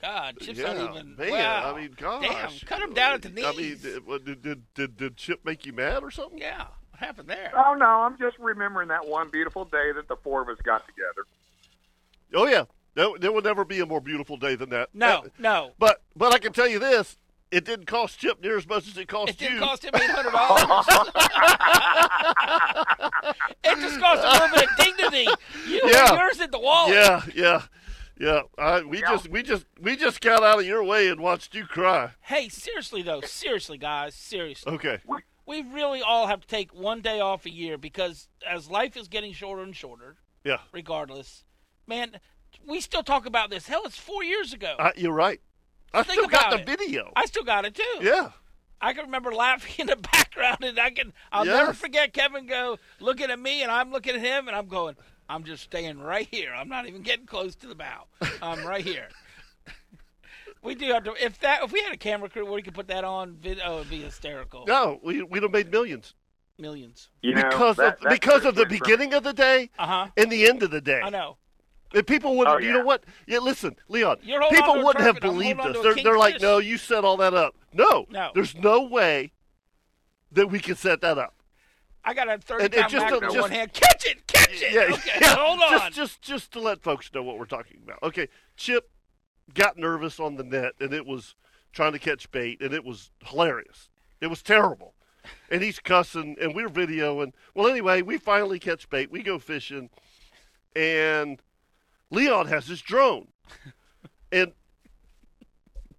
[SPEAKER 5] God, Chip's
[SPEAKER 1] yeah,
[SPEAKER 5] not even.
[SPEAKER 1] man.
[SPEAKER 5] wow.
[SPEAKER 1] I mean, gosh.
[SPEAKER 5] Damn, cut him down at the
[SPEAKER 1] I mean,
[SPEAKER 5] knees.
[SPEAKER 1] did, what- did, did, did, did Chip make you mad or something?
[SPEAKER 5] yeah, what happened there?
[SPEAKER 7] Oh no, I'm just remembering that one beautiful day that the four of us got together.
[SPEAKER 1] Oh, yeah. No, there will never be a more beautiful day than that.
[SPEAKER 5] No,
[SPEAKER 1] Uh,
[SPEAKER 5] no.
[SPEAKER 1] But but I can tell you this, it didn't cost Chip near as much as it cost
[SPEAKER 5] It didn't
[SPEAKER 1] you.
[SPEAKER 5] cost him eight hundred dollars. it just cost a little bit of dignity. You
[SPEAKER 1] Yeah.
[SPEAKER 5] yours at the wallet.
[SPEAKER 1] yeah, yeah. Yeah, I, we
[SPEAKER 7] Yeah.
[SPEAKER 1] just we just we just got out of your way and watched you cry.
[SPEAKER 5] Hey, seriously though, seriously guys, seriously.
[SPEAKER 1] Okay.
[SPEAKER 5] We really all have to take one day off a year because as life is getting shorter and shorter,
[SPEAKER 1] Yeah.
[SPEAKER 5] regardless, man, we still talk about this. Hell, it's four years ago.
[SPEAKER 1] I, you're right. I
[SPEAKER 5] Think
[SPEAKER 1] still got
[SPEAKER 5] about
[SPEAKER 1] the
[SPEAKER 5] it.
[SPEAKER 1] video.
[SPEAKER 5] I still got it too.
[SPEAKER 1] yeah.
[SPEAKER 5] I can remember laughing in the background, and I can I'll never
[SPEAKER 1] Yes.
[SPEAKER 5] forget Kevin go looking at me, and I'm looking at him, and I'm going, I'm just staying right here. I'm not even getting close to the bow. I'm right here. we do have to. If that if we had a camera crew, we could put that on video. Oh, it'd be hysterical.
[SPEAKER 1] No, we we'd have made millions.
[SPEAKER 5] Millions.
[SPEAKER 7] You know,
[SPEAKER 1] because
[SPEAKER 7] that-
[SPEAKER 1] of
[SPEAKER 7] that
[SPEAKER 1] because of the
[SPEAKER 7] Christmas-
[SPEAKER 1] beginning of the day
[SPEAKER 5] Uh huh.
[SPEAKER 1] and the end of the day.
[SPEAKER 5] I know.
[SPEAKER 1] And people wouldn't.
[SPEAKER 7] Oh,
[SPEAKER 1] You
[SPEAKER 7] yeah.
[SPEAKER 1] know what? Yeah, listen, Leon.
[SPEAKER 5] You're holding on to
[SPEAKER 1] People
[SPEAKER 5] a
[SPEAKER 1] wouldn't have
[SPEAKER 5] turban. I'm
[SPEAKER 1] believed
[SPEAKER 5] holding
[SPEAKER 1] us.
[SPEAKER 5] on to a
[SPEAKER 1] They're, they're like,
[SPEAKER 5] kingfish.
[SPEAKER 1] no, you set all that up. No,
[SPEAKER 5] No.
[SPEAKER 1] There's no way that we can set that up.
[SPEAKER 5] I got a thirty
[SPEAKER 1] And- and
[SPEAKER 5] pound
[SPEAKER 1] just
[SPEAKER 5] just,
[SPEAKER 1] to-
[SPEAKER 5] in
[SPEAKER 1] just-
[SPEAKER 5] one hand. Catch it, catch it.
[SPEAKER 1] Yeah,
[SPEAKER 5] okay,
[SPEAKER 1] yeah,
[SPEAKER 5] hold
[SPEAKER 1] just-
[SPEAKER 5] on.
[SPEAKER 1] Just, just, to let folks know what we're talking about. Okay, Chip got nervous on the net, and it was trying to catch bait, and it was hilarious. It was terrible, and he's cussing, and we're videoing. Well, anyway, we finally catch bait. We go fishing, and Leon has his drone, and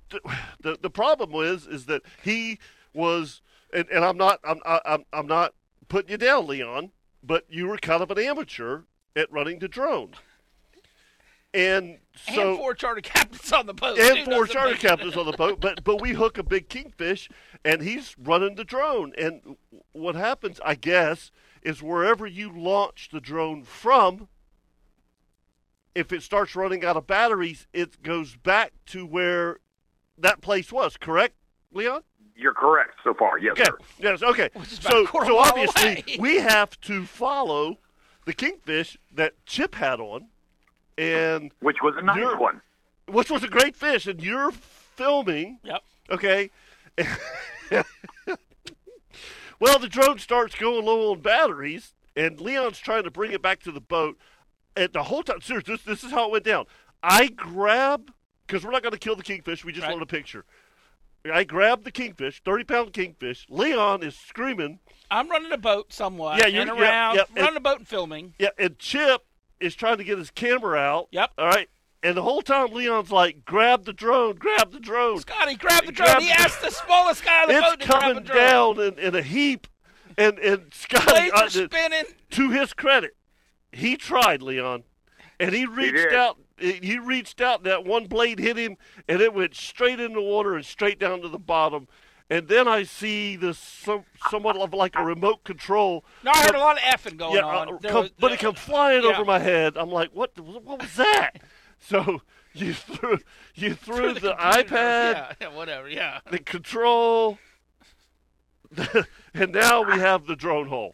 [SPEAKER 1] th- the the problem was is that he was, and, and I'm not I'm I- I'm I'm not putting you down, Leon, but you were kind of an amateur at running the drone, and so
[SPEAKER 5] and four charter captains on the boat.
[SPEAKER 1] and
[SPEAKER 5] too,
[SPEAKER 1] four
[SPEAKER 5] doesn't
[SPEAKER 1] charter
[SPEAKER 5] make-
[SPEAKER 1] captains on the boat. But but we hook a big kingfish, and he's running the drone. And what happens, I guess, is wherever you launch the drone from, if it starts running out of batteries, it goes back to where that place was. Correct, Leon?
[SPEAKER 7] You're correct so far. Yes,
[SPEAKER 1] Okay.
[SPEAKER 7] sir.
[SPEAKER 1] Yes. Okay.
[SPEAKER 5] Which is about
[SPEAKER 1] So
[SPEAKER 5] a quarter
[SPEAKER 1] so
[SPEAKER 5] mile
[SPEAKER 1] obviously
[SPEAKER 5] away.
[SPEAKER 1] we have to follow the kingfish that Chip had on, and
[SPEAKER 7] Which was a nice
[SPEAKER 1] You're-
[SPEAKER 7] one.
[SPEAKER 1] which was a great fish, and you're filming.
[SPEAKER 5] Yep.
[SPEAKER 1] Okay. well, the drone starts going low on batteries, and Leon's trying to bring it back to the boat. And the whole time, seriously, this, this is how it went down. I grab, because we're not going to kill the kingfish, we just
[SPEAKER 5] Right.
[SPEAKER 1] want a picture. I grab the kingfish, 30 pound kingfish. Leon is screaming.
[SPEAKER 5] I'm running a boat somewhat.
[SPEAKER 1] Yeah, you're-
[SPEAKER 5] and
[SPEAKER 1] yep,
[SPEAKER 5] around,
[SPEAKER 1] yep, and-
[SPEAKER 5] running a boat and filming.
[SPEAKER 1] Yeah, and Chip is trying to get his camera out.
[SPEAKER 5] Yep.
[SPEAKER 1] All right. And the whole time, Leon's like, grab the drone, grab the drone.
[SPEAKER 5] Scotty, grab the
[SPEAKER 1] Grab
[SPEAKER 5] drone.
[SPEAKER 1] the
[SPEAKER 5] He asked the smallest guy on the boat
[SPEAKER 1] it's
[SPEAKER 5] to grab
[SPEAKER 1] coming
[SPEAKER 5] the drone.
[SPEAKER 1] down in, in a heap. And and Scotty,
[SPEAKER 5] Blades
[SPEAKER 1] uh,
[SPEAKER 5] are spinning.
[SPEAKER 1] to his credit, he tried, Leon, and he reached
[SPEAKER 7] did.
[SPEAKER 1] out. He reached out. That one blade hit him, and it went straight in the water and straight down to the bottom. And then I see this some, somewhat of like a remote control.
[SPEAKER 5] No, I heard
[SPEAKER 1] come-
[SPEAKER 5] a lot of effing going
[SPEAKER 1] yeah,
[SPEAKER 5] on.
[SPEAKER 1] uh,
[SPEAKER 5] There
[SPEAKER 1] come-
[SPEAKER 5] was-
[SPEAKER 1] but it
[SPEAKER 5] there-
[SPEAKER 1] come flying
[SPEAKER 5] yeah.
[SPEAKER 1] over my head. I'm like, what? the- What was that? so you threw you threw, the, iPad,
[SPEAKER 5] computer. Yeah, yeah, whatever. Yeah.
[SPEAKER 1] the control, and now we have the drone hole.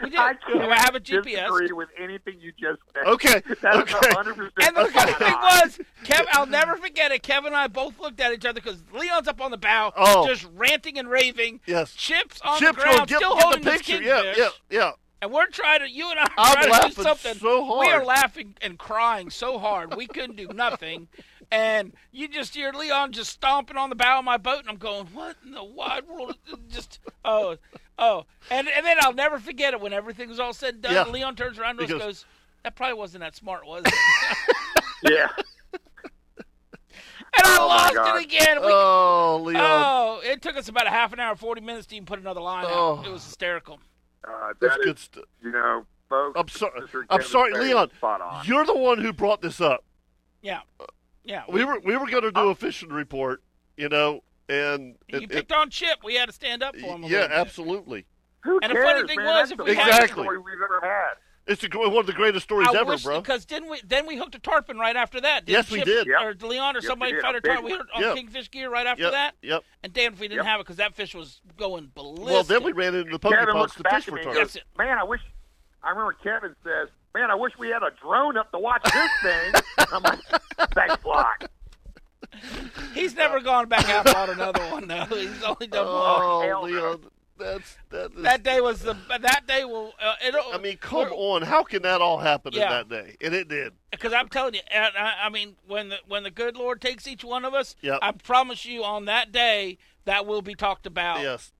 [SPEAKER 5] We did.
[SPEAKER 7] I
[SPEAKER 5] And
[SPEAKER 7] can't
[SPEAKER 5] I have a GPS.
[SPEAKER 7] disagree with anything you just said.
[SPEAKER 1] Okay,
[SPEAKER 7] That's
[SPEAKER 1] okay.
[SPEAKER 7] 100%
[SPEAKER 5] And the funny
[SPEAKER 7] spot
[SPEAKER 5] thing
[SPEAKER 7] on.
[SPEAKER 5] was, Kev, I'll never forget it. Kevin and I both looked at each other because Leon's up on the bow,
[SPEAKER 1] Oh.
[SPEAKER 5] just ranting and raving.
[SPEAKER 1] Yes.
[SPEAKER 5] Chips on
[SPEAKER 1] Chip's
[SPEAKER 5] the
[SPEAKER 1] gonna
[SPEAKER 5] ground,
[SPEAKER 1] get,
[SPEAKER 5] still
[SPEAKER 1] get
[SPEAKER 5] holding
[SPEAKER 1] the
[SPEAKER 5] this
[SPEAKER 1] picture.
[SPEAKER 5] kid
[SPEAKER 1] Yeah,
[SPEAKER 5] fish.
[SPEAKER 1] yeah, yeah.
[SPEAKER 5] And we're trying to, you and I are
[SPEAKER 1] I'm
[SPEAKER 5] trying to
[SPEAKER 1] laughing
[SPEAKER 5] do something.
[SPEAKER 1] so
[SPEAKER 5] We
[SPEAKER 1] hard.
[SPEAKER 5] are laughing and crying so hard. We couldn't do nothing. And you just hear Leon just stomping on the bow of my boat, and I'm going, what in the wide world? Just, oh, oh. And, and then I'll never forget it when everything was all said and done.
[SPEAKER 1] Yeah.
[SPEAKER 5] Leon turns around to
[SPEAKER 1] He
[SPEAKER 5] us and
[SPEAKER 1] goes-
[SPEAKER 5] goes, that probably wasn't that smart, was it?
[SPEAKER 7] Yeah.
[SPEAKER 5] and I
[SPEAKER 7] Oh, my
[SPEAKER 5] lost
[SPEAKER 7] God.
[SPEAKER 5] it again. We
[SPEAKER 1] Oh, Leon.
[SPEAKER 5] Oh, it took us about a half an hour, 40 minutes to even put another line
[SPEAKER 1] Oh.
[SPEAKER 5] out. It was hysterical.
[SPEAKER 7] Uh,
[SPEAKER 1] That's
[SPEAKER 7] that is,
[SPEAKER 1] good stuff.
[SPEAKER 7] you know, folks.
[SPEAKER 1] I'm sorry.
[SPEAKER 7] Mr.
[SPEAKER 1] I'm
[SPEAKER 7] Kevin
[SPEAKER 1] sorry,
[SPEAKER 7] Perry was
[SPEAKER 1] Leon.
[SPEAKER 7] Spot on.
[SPEAKER 1] You're the one who brought this up.
[SPEAKER 5] Yeah. Yeah.
[SPEAKER 1] We were we were going to
[SPEAKER 7] Uh,
[SPEAKER 1] do a fishing report, you know, and
[SPEAKER 5] you
[SPEAKER 1] it-
[SPEAKER 5] picked on Chip. We had to stand up for
[SPEAKER 1] it-
[SPEAKER 5] him. A
[SPEAKER 1] yeah,
[SPEAKER 5] little bit.
[SPEAKER 1] absolutely.
[SPEAKER 7] Who
[SPEAKER 5] And the
[SPEAKER 7] cares,
[SPEAKER 5] funny thing
[SPEAKER 7] man?
[SPEAKER 5] was,
[SPEAKER 7] That's
[SPEAKER 5] if
[SPEAKER 7] the
[SPEAKER 5] we
[SPEAKER 7] best
[SPEAKER 1] had-
[SPEAKER 7] story we've ever had.
[SPEAKER 1] It's a, gr- one of the greatest stories
[SPEAKER 5] I
[SPEAKER 1] ever,
[SPEAKER 5] wish
[SPEAKER 1] bro.
[SPEAKER 5] because didn't we? Then we hooked a tarpon right after that. Didn't
[SPEAKER 1] Yes, we
[SPEAKER 5] Chip
[SPEAKER 1] did.
[SPEAKER 7] Yep.
[SPEAKER 5] Or Leon or
[SPEAKER 7] Yep, we
[SPEAKER 5] somebody
[SPEAKER 7] did,
[SPEAKER 5] caught
[SPEAKER 7] a
[SPEAKER 5] a
[SPEAKER 7] big
[SPEAKER 5] tarpon. We
[SPEAKER 7] one.
[SPEAKER 5] hooked on
[SPEAKER 1] Yep.
[SPEAKER 5] Kingfish gear right after
[SPEAKER 1] Yep,
[SPEAKER 5] that.
[SPEAKER 1] yep.
[SPEAKER 5] And damn if we didn't
[SPEAKER 7] Yep.
[SPEAKER 5] have it because that fish was going ballistic.
[SPEAKER 1] Well, then we ran into the poker
[SPEAKER 7] Kevin
[SPEAKER 1] ponds
[SPEAKER 7] looks
[SPEAKER 1] to
[SPEAKER 7] back
[SPEAKER 1] fish
[SPEAKER 7] at
[SPEAKER 1] for
[SPEAKER 7] me and
[SPEAKER 1] targets.
[SPEAKER 7] goes, "Man, I wish." I remember Kevin says, "Man, I wish we had a drone up to watch this thing." I'm like, "Thanks, Block."
[SPEAKER 5] He's never gone back out and caught another one though. He's only done one.
[SPEAKER 1] Oh,
[SPEAKER 7] hell no.
[SPEAKER 1] Leon, that's that is.
[SPEAKER 5] That day was the. That day will. Uh, it'll,
[SPEAKER 1] I mean, come
[SPEAKER 5] we're-
[SPEAKER 1] on! How can that all happen
[SPEAKER 5] Yeah.
[SPEAKER 1] in that day? And it did.
[SPEAKER 5] Because I'm telling you, and I, I mean, when the when the good Lord takes each one of us,
[SPEAKER 1] Yep.
[SPEAKER 5] I promise you, on that day, that will be talked about
[SPEAKER 1] Yes.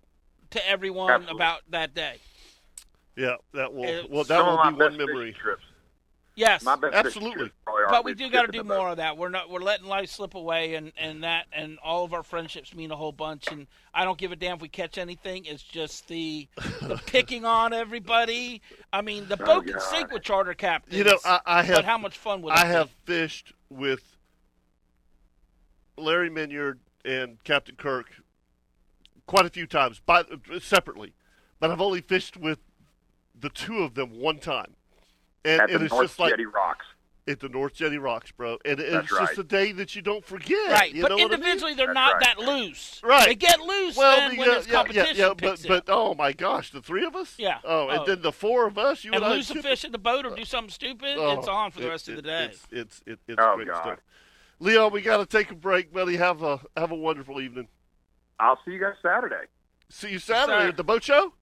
[SPEAKER 5] to everyone
[SPEAKER 7] Absolutely.
[SPEAKER 5] about that day.
[SPEAKER 1] Yeah. That will.
[SPEAKER 5] It's
[SPEAKER 1] well, that
[SPEAKER 7] Some
[SPEAKER 1] will
[SPEAKER 7] of my
[SPEAKER 1] be
[SPEAKER 7] best
[SPEAKER 1] one
[SPEAKER 7] fishing
[SPEAKER 1] memory.
[SPEAKER 7] Trips.
[SPEAKER 5] Yes,
[SPEAKER 7] My best fishing
[SPEAKER 1] Absolutely.
[SPEAKER 7] trips probably are
[SPEAKER 5] but we
[SPEAKER 7] with
[SPEAKER 5] do
[SPEAKER 7] Chip
[SPEAKER 5] got to
[SPEAKER 7] in the
[SPEAKER 5] do
[SPEAKER 7] boat.
[SPEAKER 5] more of that. We're not we're letting life slip away, and and that and all of our friendships mean a whole bunch. And I don't give a damn if we catch anything. It's just the the picking on everybody. I mean, the boat can
[SPEAKER 7] God.
[SPEAKER 5] sink with charter captains.
[SPEAKER 1] Oh, You know, I, I have
[SPEAKER 5] but how much fun would it
[SPEAKER 1] I
[SPEAKER 5] be?
[SPEAKER 1] have fished with Larry Minyard and Captain Kirk quite a few times, by, separately, but I've only fished with the two of them one time, and
[SPEAKER 7] At
[SPEAKER 1] it
[SPEAKER 7] the
[SPEAKER 1] is
[SPEAKER 7] North
[SPEAKER 1] just like
[SPEAKER 7] Jetty Rocks.
[SPEAKER 1] at the North Jetty Rocks, bro. And it's
[SPEAKER 7] That's
[SPEAKER 1] just
[SPEAKER 7] right.
[SPEAKER 1] a day that you don't forget,
[SPEAKER 5] Right,
[SPEAKER 1] You
[SPEAKER 5] but
[SPEAKER 1] know what I mean?
[SPEAKER 5] individually they're
[SPEAKER 7] That's
[SPEAKER 5] not
[SPEAKER 7] right.
[SPEAKER 5] that loose.
[SPEAKER 1] Right.
[SPEAKER 5] they get loose then when
[SPEAKER 1] yeah,
[SPEAKER 5] there's
[SPEAKER 1] yeah, yeah,
[SPEAKER 5] competition.
[SPEAKER 1] yeah, but
[SPEAKER 5] picks it
[SPEAKER 1] but
[SPEAKER 5] up.
[SPEAKER 1] oh my gosh, the three of us.
[SPEAKER 5] Yeah.
[SPEAKER 1] Oh, and
[SPEAKER 5] Oh.
[SPEAKER 1] then the four of us. You
[SPEAKER 5] and
[SPEAKER 1] I
[SPEAKER 5] lose a
[SPEAKER 1] should-
[SPEAKER 5] fish in the boat or do something stupid,
[SPEAKER 1] Oh,
[SPEAKER 5] it's on for the
[SPEAKER 1] it-
[SPEAKER 5] rest of the
[SPEAKER 1] it-
[SPEAKER 5] day.
[SPEAKER 1] It's it's it- it's
[SPEAKER 7] Oh,
[SPEAKER 1] great
[SPEAKER 7] God.
[SPEAKER 1] stuff. Leon, we got to take a break, buddy. Have a have a wonderful evening.
[SPEAKER 7] I'll see you guys Saturday
[SPEAKER 1] See you Saturday
[SPEAKER 5] sir.
[SPEAKER 1] at the boat show.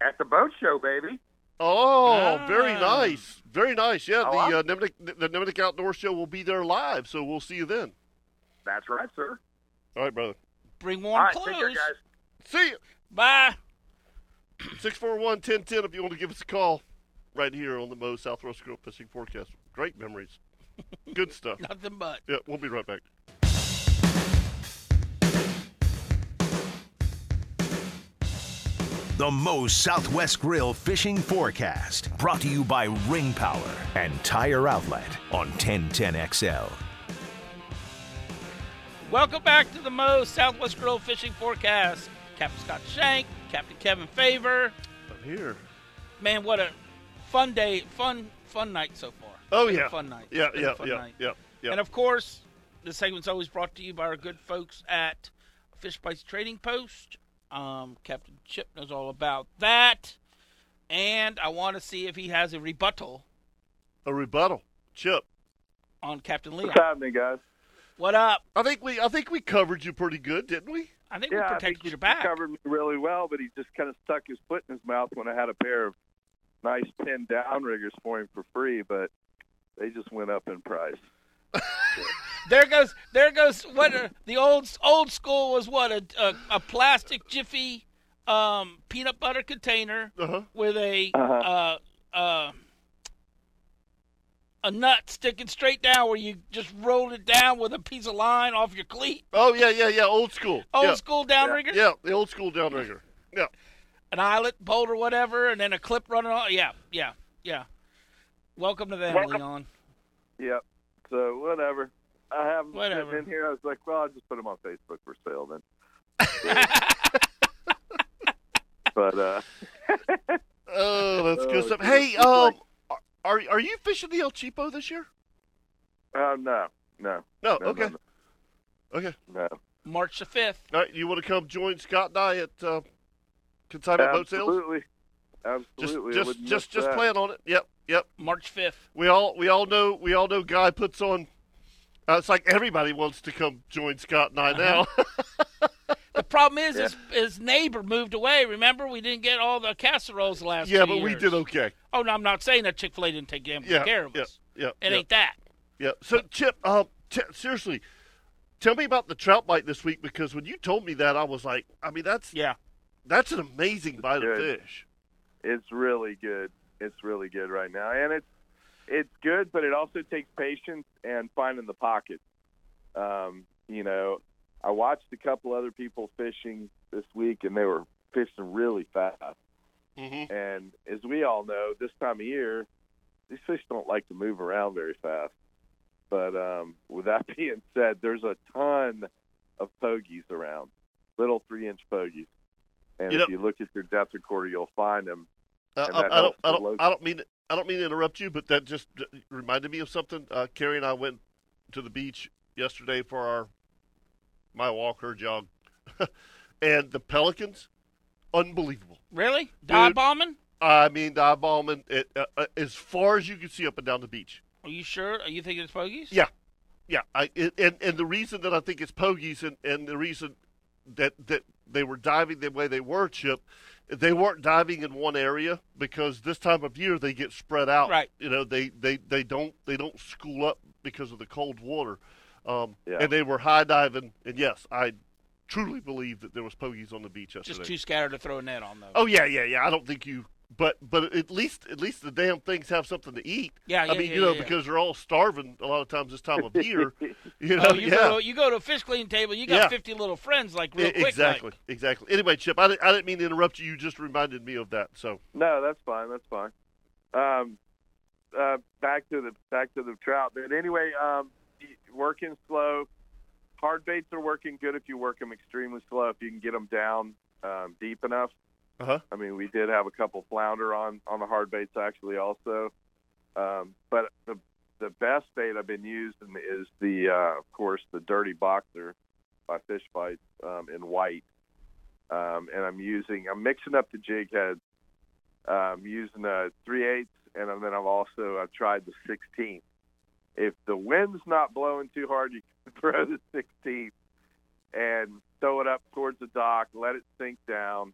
[SPEAKER 7] at the boat show, baby.
[SPEAKER 1] Oh, very
[SPEAKER 5] Ah.
[SPEAKER 1] nice, very nice. Yeah,
[SPEAKER 7] Oh,
[SPEAKER 1] the
[SPEAKER 7] I'm-
[SPEAKER 1] uh, Nemnick, the Nemnick Outdoor Show will be there live, so we'll see you then.
[SPEAKER 7] That's right, sir.
[SPEAKER 1] All right, brother.
[SPEAKER 5] Bring
[SPEAKER 7] All
[SPEAKER 5] warm
[SPEAKER 7] right, take care,
[SPEAKER 5] clothes.
[SPEAKER 7] guys.
[SPEAKER 1] See you.
[SPEAKER 5] Bye.
[SPEAKER 1] 641-1010 if you want to give us a call right here on the Mo Southwest Grill Fishing Forecast. Great memories. Good stuff.
[SPEAKER 5] Nothing but.
[SPEAKER 1] Yeah, we'll be right back.
[SPEAKER 3] The Moe's Southwest Grill Fishing Forecast, brought to you by Ring Power and Tire Outlet on 1010XL.
[SPEAKER 5] Welcome back to the Mo Southwest Grill Fishing Forecast. Captain Scott Shank, Captain Kevin Favor.
[SPEAKER 1] I'm here.
[SPEAKER 5] Man, what a fun day, fun, fun night so far.
[SPEAKER 1] Oh
[SPEAKER 5] Been a
[SPEAKER 1] yeah.
[SPEAKER 5] fun night.
[SPEAKER 1] Yeah,
[SPEAKER 5] Been a
[SPEAKER 1] yeah,
[SPEAKER 5] fun
[SPEAKER 1] yeah,
[SPEAKER 5] night.
[SPEAKER 1] yeah, yeah.
[SPEAKER 5] And of course, this segment's always brought to you by our good folks at Fish Price Trading Post. Um, Captain Chip knows all about that. And I want to see if he has a rebuttal
[SPEAKER 1] a rebuttal. Chip.
[SPEAKER 5] on Captain Leon.
[SPEAKER 6] What's happening, guys?
[SPEAKER 5] What up?
[SPEAKER 1] I think we I think we covered you pretty good, didn't we?
[SPEAKER 5] I think
[SPEAKER 6] yeah,
[SPEAKER 5] we
[SPEAKER 6] I
[SPEAKER 5] protected
[SPEAKER 6] think he
[SPEAKER 5] your back.
[SPEAKER 6] covered me really well, but he just kind of stuck his foot in his mouth when I had a pair of nice ten downriggers for him for free, but they just went up in price.
[SPEAKER 5] There goes, there goes. What are- the old old school was? What a a, a plastic jiffy um, peanut butter container
[SPEAKER 1] Uh-huh.
[SPEAKER 5] with a uh
[SPEAKER 6] Uh-huh.
[SPEAKER 5] uh, a nut sticking straight down where you just rolled it down with a piece of line off your cleat.
[SPEAKER 1] Oh yeah, yeah, yeah. Old school.
[SPEAKER 5] Old
[SPEAKER 1] yeah.
[SPEAKER 5] school downrigger,
[SPEAKER 1] Yeah, the old school downrigger. Yeah.
[SPEAKER 5] an eyelet bolt or whatever, and then a clip running on. Yeah, yeah, yeah. Welcome to them,
[SPEAKER 7] Welcome.
[SPEAKER 5] Leon.
[SPEAKER 6] Yep. So whatever. I have them sitting
[SPEAKER 5] Whatever.
[SPEAKER 6] in here. I was like, well, I'll just put them on Facebook for sale then. but uh,
[SPEAKER 1] Oh, that's
[SPEAKER 6] Oh,
[SPEAKER 1] good stuff.
[SPEAKER 6] dude,
[SPEAKER 1] Hey,
[SPEAKER 6] it's like-
[SPEAKER 1] um, are are you fishing the El Cheapo this year?
[SPEAKER 6] uh no, no,
[SPEAKER 1] No.
[SPEAKER 6] no,
[SPEAKER 1] okay.
[SPEAKER 6] no,
[SPEAKER 1] Okay.
[SPEAKER 6] no, no.
[SPEAKER 5] March the fifth.
[SPEAKER 1] All right. You want to come join Scott and I at uh, consignment boat sales?
[SPEAKER 6] absolutely, absolutely. I
[SPEAKER 1] Just
[SPEAKER 6] wouldn't
[SPEAKER 1] just just
[SPEAKER 6] miss
[SPEAKER 1] just
[SPEAKER 6] that.
[SPEAKER 1] plan on it. Yep. Yep.
[SPEAKER 5] March fifth.
[SPEAKER 1] We all we all know we all know Guy puts on. Uh, it's like everybody wants to come join Scott and I
[SPEAKER 5] Uh-huh.
[SPEAKER 1] now.
[SPEAKER 5] The problem is, his, his neighbor moved away. Remember, we didn't get all the casseroles the last.
[SPEAKER 1] yeah,
[SPEAKER 5] two
[SPEAKER 1] but we
[SPEAKER 5] years.
[SPEAKER 1] did okay.
[SPEAKER 5] Oh no, I'm not saying that Chick Fil A didn't take damn good
[SPEAKER 1] Yeah,
[SPEAKER 5] care of
[SPEAKER 1] yeah,
[SPEAKER 5] us.
[SPEAKER 1] yeah,
[SPEAKER 5] It
[SPEAKER 1] yeah.
[SPEAKER 5] ain't that.
[SPEAKER 1] Yeah. So Chip, uh, t- seriously, tell me about the trout bite this week because when you told me that, I was like, I mean, that's
[SPEAKER 5] Yeah.
[SPEAKER 1] that's an amazing bite of
[SPEAKER 6] good.
[SPEAKER 1] fish.
[SPEAKER 6] It's really good. It's really good right now, and it's it's good, but it also takes patience and finding the pocket. Um, you know, I watched a couple other people fishing this week, and they were fishing really fast.
[SPEAKER 1] Mm-hmm.
[SPEAKER 6] And as we all know, this time of year, these fish don't like to move around very fast. But um, with that being said, there's a ton of pogies around, little three-inch pogies. And
[SPEAKER 1] You
[SPEAKER 6] if
[SPEAKER 1] know-
[SPEAKER 6] you look at your depth recorder, you'll find them.
[SPEAKER 1] Uh,
[SPEAKER 6] And
[SPEAKER 1] I,
[SPEAKER 6] that
[SPEAKER 1] I don't,
[SPEAKER 6] helps
[SPEAKER 1] I
[SPEAKER 6] the
[SPEAKER 1] don't,
[SPEAKER 6] local-
[SPEAKER 1] I don't mean, to- I don't mean to interrupt you, but that just d- reminded me of something. Uh, Carrie and I went to the beach yesterday for our my walk, her jog, and the pelicans, unbelievable.
[SPEAKER 5] Really? Dive
[SPEAKER 1] Dude.
[SPEAKER 5] bombing?
[SPEAKER 1] I mean, the eyeballing it, uh, uh, as far as you can see up and down the beach.
[SPEAKER 5] Are you sure? Are you thinking it's bogeys?
[SPEAKER 1] Yeah. Yeah, I it, and and the reason that I think it's pogies and, and the reason that that they were diving the way they were, Chip, they weren't diving in one area because this time of year they get spread out.
[SPEAKER 5] Right.
[SPEAKER 1] You know, they they, they don't they don't school up because of the cold water. Um,
[SPEAKER 6] Yeah.
[SPEAKER 1] and they were high diving and yes, I truly believe that there was pogies on the beach yesterday.
[SPEAKER 5] Just too scattered to throw a net on though.
[SPEAKER 1] Oh yeah, yeah, yeah. I don't think you, but but at least at least the damn things have something to eat.
[SPEAKER 5] Yeah, yeah,
[SPEAKER 1] I mean,
[SPEAKER 5] yeah,
[SPEAKER 1] you know,
[SPEAKER 5] yeah, yeah.
[SPEAKER 1] because they're all starving a lot of times this time of year. You know,
[SPEAKER 5] Oh, you,
[SPEAKER 1] yeah.
[SPEAKER 5] go to, you go to a fish cleaning table, you got
[SPEAKER 1] Yeah.
[SPEAKER 5] 50 little friends, like,
[SPEAKER 1] E-
[SPEAKER 5] real quick.
[SPEAKER 1] exactly, exactly. Anyway, Chip, I, di- I didn't mean to interrupt you. You just reminded me of that. So
[SPEAKER 6] No, that's fine. That's fine. Um, uh, back to the back to the trout. But anyway, um, working slow. Hard baits are working good if you work them extremely slow. If you can get them down um, deep enough.
[SPEAKER 1] Uh-huh.
[SPEAKER 6] I mean, we did have a couple flounder on on the hard baits actually also. Um, but the the best bait I've been using is the uh, of course the dirty boxer by Fish Bites um, in white. Um, and I'm using I'm mixing up the jig heads um, using a three eighths, and then I've also I've tried the sixteenth. If the wind's not blowing too hard, you can throw the sixteenth and throw it up towards the dock, let it sink down,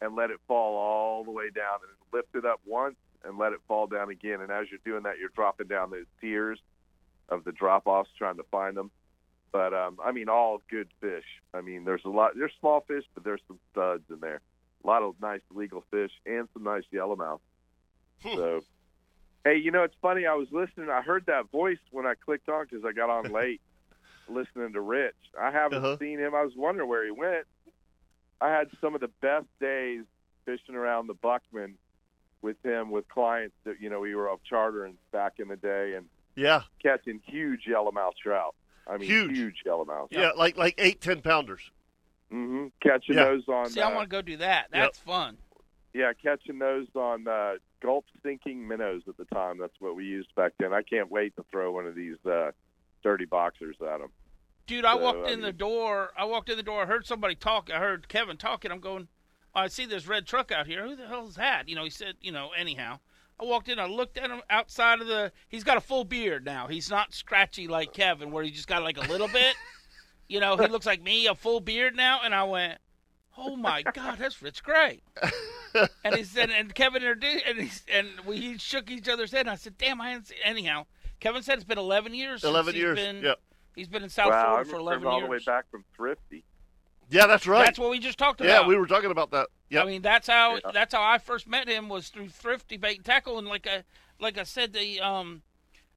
[SPEAKER 6] and let it fall all the way down, and lift it up once and let it fall down again. And as you're doing that, you're dropping down those tiers of the drop offs, trying to find them. But um, I mean, all good fish. I mean, there's a lot. There's small fish, but there's some studs in there a lot of nice legal fish and some nice yellowmouth. so, hey, you know, it's funny. I was listening. I heard that voice when I clicked on because I got on late listening to Rich. I haven't
[SPEAKER 1] Uh-huh.
[SPEAKER 6] seen him. I was wondering where he went. I had some of the best days fishing around the Buckman with him with clients that, you know, we were off chartering back in the day and
[SPEAKER 1] yeah,
[SPEAKER 6] catching huge yellowmouth trout. I mean,
[SPEAKER 1] Huge.
[SPEAKER 6] huge, yellowmouth.
[SPEAKER 1] yeah, like like eight ten pounders.
[SPEAKER 6] hmm Catching
[SPEAKER 1] Yeah.
[SPEAKER 6] those on.
[SPEAKER 5] Like. See, I
[SPEAKER 6] uh,
[SPEAKER 5] want to go do that. That's fun.
[SPEAKER 6] Yeah, catching those on uh, gulp sinking minnows at the time. That's what we used back then. I can't wait to throw one of these uh, dirty boxers at them.
[SPEAKER 5] Dude, I
[SPEAKER 6] So,
[SPEAKER 5] walked
[SPEAKER 6] I
[SPEAKER 5] in the
[SPEAKER 6] mean-
[SPEAKER 5] door. I walked in the door. I heard somebody talk. I heard Kevin talking. I'm going, I see this red truck out here. Who the hell's that? You know, he said, you know, anyhow. I walked in. I looked at him outside of the. He's got a full beard now. He's not scratchy like Kevin, where he just got like a little bit. You know, he looks like me, a full beard now. And I went, oh my God, that's Rich Gray. and he said, and Kevin introduced, and, he, and we shook each other's head. And I said, damn, I hadn't seen. Anyhow, Kevin said it's been 11 years. since
[SPEAKER 1] Eleven
[SPEAKER 5] he's
[SPEAKER 1] years.
[SPEAKER 5] been-
[SPEAKER 1] Yeah,
[SPEAKER 5] He's been in South
[SPEAKER 6] wow, I
[SPEAKER 5] Florida for 11
[SPEAKER 6] remember all
[SPEAKER 5] years.
[SPEAKER 6] the way back from Thrifty.
[SPEAKER 1] yeah, that's right.
[SPEAKER 5] That's what we just talked
[SPEAKER 1] yeah,
[SPEAKER 5] about.
[SPEAKER 1] we were talking about that. Yeah,
[SPEAKER 5] I mean, that's how
[SPEAKER 6] Yeah.
[SPEAKER 5] that's how I first met him was through Thrifty Bait and Tackle, and like I like I said, the um,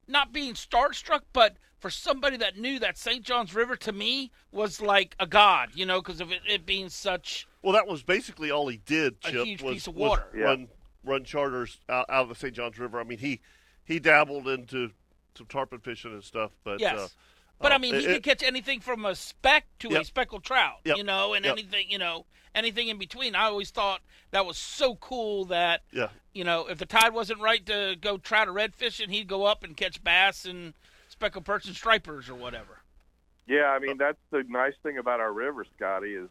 [SPEAKER 5] not being starstruck, but for somebody that knew that St. Johns River to me was like a god, you know, because of it, it being such.
[SPEAKER 1] well, that was basically all he did.
[SPEAKER 5] A
[SPEAKER 1] Chip
[SPEAKER 5] huge
[SPEAKER 1] was,
[SPEAKER 5] piece of
[SPEAKER 1] was
[SPEAKER 5] water.
[SPEAKER 6] Yeah.
[SPEAKER 1] run run charters out, out of the St. Johns River. I mean, he he dabbled into some tarpon fishing and stuff, but
[SPEAKER 5] yes.
[SPEAKER 1] uh,
[SPEAKER 5] but
[SPEAKER 1] uh,
[SPEAKER 5] I mean, he
[SPEAKER 1] it-
[SPEAKER 5] could
[SPEAKER 1] it-
[SPEAKER 5] catch anything from a speck to a
[SPEAKER 1] Yep.
[SPEAKER 5] speckled trout,
[SPEAKER 1] Yep.
[SPEAKER 5] you know, and
[SPEAKER 1] Yep.
[SPEAKER 5] anything, you know, anything in between. I always thought that was so cool that
[SPEAKER 1] yeah,
[SPEAKER 5] you know, if the tide wasn't right to go trout or redfish, and he'd go up and catch bass and speckled perch and stripers or whatever.
[SPEAKER 6] Yeah, I
[SPEAKER 1] Uh,
[SPEAKER 6] mean that's the nice thing about our river, Scotty, is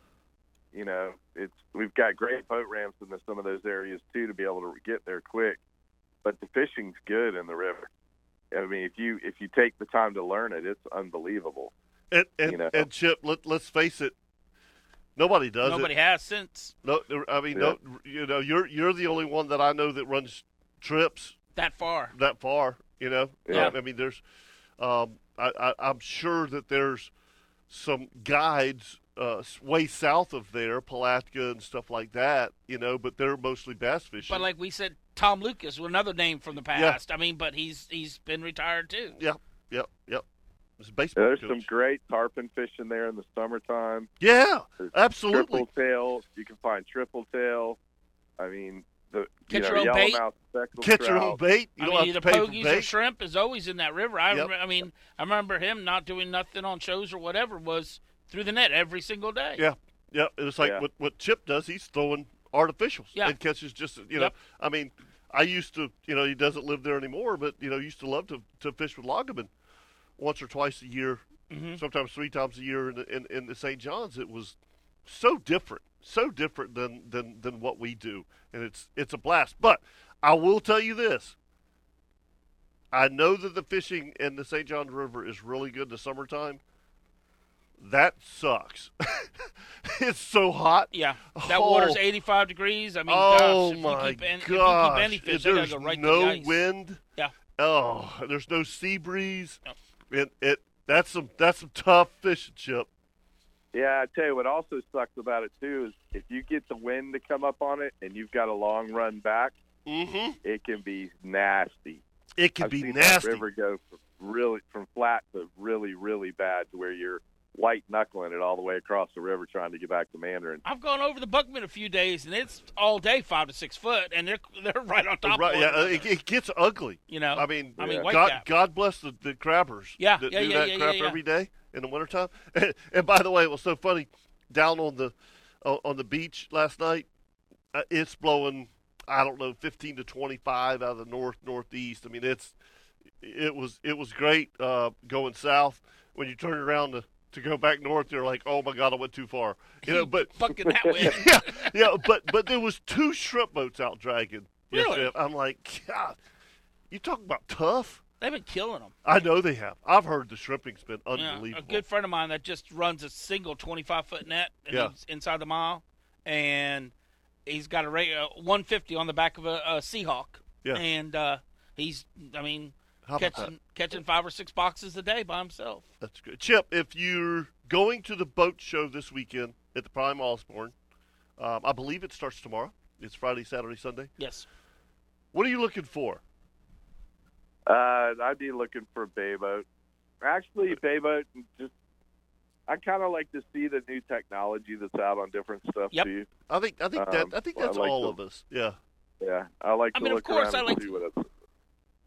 [SPEAKER 6] you know it's we've got great boat ramps in the, some of those areas too to be able to get there quick. But the fishing's good in the river. I mean, if you if you take the time to learn it, it's unbelievable.
[SPEAKER 1] and and,
[SPEAKER 6] You know.
[SPEAKER 1] and Chip, let let's face it, nobody does it.
[SPEAKER 5] Nobody has since
[SPEAKER 1] No, there- I mean,
[SPEAKER 6] Yeah.
[SPEAKER 1] no, you know, you're you're the only one that I know that runs trips
[SPEAKER 5] that far.
[SPEAKER 1] that far. You know,
[SPEAKER 6] Yeah.
[SPEAKER 1] I, I mean, there's, um, I, I I'm sure that there's some guides uh, s- way south of there, Palatka and stuff like that. You know, but they're mostly bass fishing.
[SPEAKER 5] But like we said, Tom Lucas was another name from the past. I mean, but he's he's been retired too.
[SPEAKER 1] yep, yep, yep. It's a baseball
[SPEAKER 6] There's
[SPEAKER 1] coach.
[SPEAKER 6] some great tarpon fishing there in the summertime.
[SPEAKER 1] yeah,
[SPEAKER 6] There's
[SPEAKER 1] absolutely.
[SPEAKER 6] Triple tail, you can find triple tail. I mean, the you
[SPEAKER 5] Catch
[SPEAKER 6] know,
[SPEAKER 5] your own bait.
[SPEAKER 6] yellowmouth speckled
[SPEAKER 1] Catch your
[SPEAKER 6] trout.
[SPEAKER 1] own bait. You
[SPEAKER 5] I
[SPEAKER 1] don't
[SPEAKER 5] mean,
[SPEAKER 1] have
[SPEAKER 5] either
[SPEAKER 1] to pay for
[SPEAKER 5] pogies or
[SPEAKER 1] bait.
[SPEAKER 5] shrimp is always in that river. I,
[SPEAKER 1] Yep.
[SPEAKER 5] re- I mean, I remember him not doing nothing on shows or whatever was through the net every single day.
[SPEAKER 1] Yeah. Yeah, and it's like
[SPEAKER 6] Yeah.
[SPEAKER 1] what what Chip does. He's throwing artificials
[SPEAKER 5] Yeah.
[SPEAKER 1] and catches just you know.
[SPEAKER 5] Yep.
[SPEAKER 1] I mean, I used to you know he doesn't live there anymore, but you know used to love to, to fish with Loggeman once or twice a year,
[SPEAKER 5] Mm-hmm.
[SPEAKER 1] sometimes three times a year in the, in, in the St. John's. It was so different, so different than than than what we do, and it's it's a blast. But I will tell you this. I know that the fishing in the St. Johns River is really good in the summertime. That sucks. it's so hot.
[SPEAKER 5] Yeah, that
[SPEAKER 1] Oh.
[SPEAKER 5] water's 85 degrees. I mean,
[SPEAKER 1] oh
[SPEAKER 5] gosh, if
[SPEAKER 1] my
[SPEAKER 5] you keep
[SPEAKER 1] gosh!
[SPEAKER 5] any, if you keep any
[SPEAKER 1] If
[SPEAKER 5] fish, they gotta
[SPEAKER 1] there's
[SPEAKER 5] go right to the
[SPEAKER 1] no
[SPEAKER 5] ice.
[SPEAKER 1] wind.
[SPEAKER 5] Yeah.
[SPEAKER 1] Oh, there's no sea breeze.
[SPEAKER 5] Yep.
[SPEAKER 1] It it that's some that's some tough fishing, Chip.
[SPEAKER 6] Yeah, I tell you what also sucks about it too is if you get the wind to come up on it and you've got a long run back,
[SPEAKER 1] Mm-hmm. It
[SPEAKER 6] it can be nasty.
[SPEAKER 1] it could
[SPEAKER 6] I've
[SPEAKER 1] be
[SPEAKER 6] seen
[SPEAKER 1] nasty.
[SPEAKER 6] That river go from really from flat to really really bad to where you're white knuckling it all the way across the river trying to get back to Mandarin.
[SPEAKER 5] I've gone over the Buckman a few days, and it's all day five to six foot, and they're they're right on top.
[SPEAKER 1] Right?
[SPEAKER 5] of
[SPEAKER 1] Yeah. uh,
[SPEAKER 5] one
[SPEAKER 1] It,
[SPEAKER 5] another,
[SPEAKER 1] it gets ugly.
[SPEAKER 5] you know,
[SPEAKER 1] I mean, uh,
[SPEAKER 5] I mean, white
[SPEAKER 1] God,
[SPEAKER 5] cap.
[SPEAKER 1] God bless the, the crabbers
[SPEAKER 5] Yeah,
[SPEAKER 1] that
[SPEAKER 5] yeah,
[SPEAKER 1] do
[SPEAKER 5] yeah,
[SPEAKER 1] that
[SPEAKER 5] yeah,
[SPEAKER 1] crap
[SPEAKER 5] yeah, yeah.
[SPEAKER 1] every day in the wintertime. And, and by the way, it was so funny down on the on on the beach last night. Uh, it's blowing, I don't know, 15 to 25 out of the north northeast. I mean, it's it was it was great uh, going south. When you turn around to, to go back north, you're like, oh my god, I went too far. You know, but
[SPEAKER 5] fucking that way.
[SPEAKER 1] yeah, yeah, but but there was two shrimp boats out dragging.
[SPEAKER 5] Really?
[SPEAKER 1] yesterday. I'm like, God, you talking about tough?
[SPEAKER 5] They've been killing them.
[SPEAKER 1] I know they have. I've heard the shrimping's been unbelievable.
[SPEAKER 5] Yeah, a good friend of mine that just runs a single 25 foot net and
[SPEAKER 1] Yeah.
[SPEAKER 5] he's inside the mile, and he's got a rate uh, 150 on the back of a, a Seahawk.
[SPEAKER 1] Yeah.
[SPEAKER 5] And uh, he's, I mean,
[SPEAKER 1] How about that?
[SPEAKER 5] catching catching five or six boxes a day by himself.
[SPEAKER 1] That's good. Chip, if you're going to the boat show this weekend at the Prime Osborne, um, I believe it starts tomorrow. It's Friday, Saturday, Sunday.
[SPEAKER 5] Yes.
[SPEAKER 1] What are you looking for?
[SPEAKER 6] Uh, I'd be looking for a bay boat. Actually, bay boat just I kind of like to see the new technology that's out on different stuff
[SPEAKER 5] Yep.
[SPEAKER 6] too.
[SPEAKER 1] I think I think that
[SPEAKER 6] Um,
[SPEAKER 1] I think
[SPEAKER 6] well, I
[SPEAKER 1] that's
[SPEAKER 6] like
[SPEAKER 1] all
[SPEAKER 6] the-
[SPEAKER 1] of us. Yeah.
[SPEAKER 6] Yeah, I like
[SPEAKER 5] I
[SPEAKER 6] to
[SPEAKER 5] mean, of
[SPEAKER 6] look
[SPEAKER 5] course,
[SPEAKER 6] around
[SPEAKER 5] I
[SPEAKER 6] and
[SPEAKER 5] like
[SPEAKER 6] see
[SPEAKER 5] to-
[SPEAKER 6] what it's.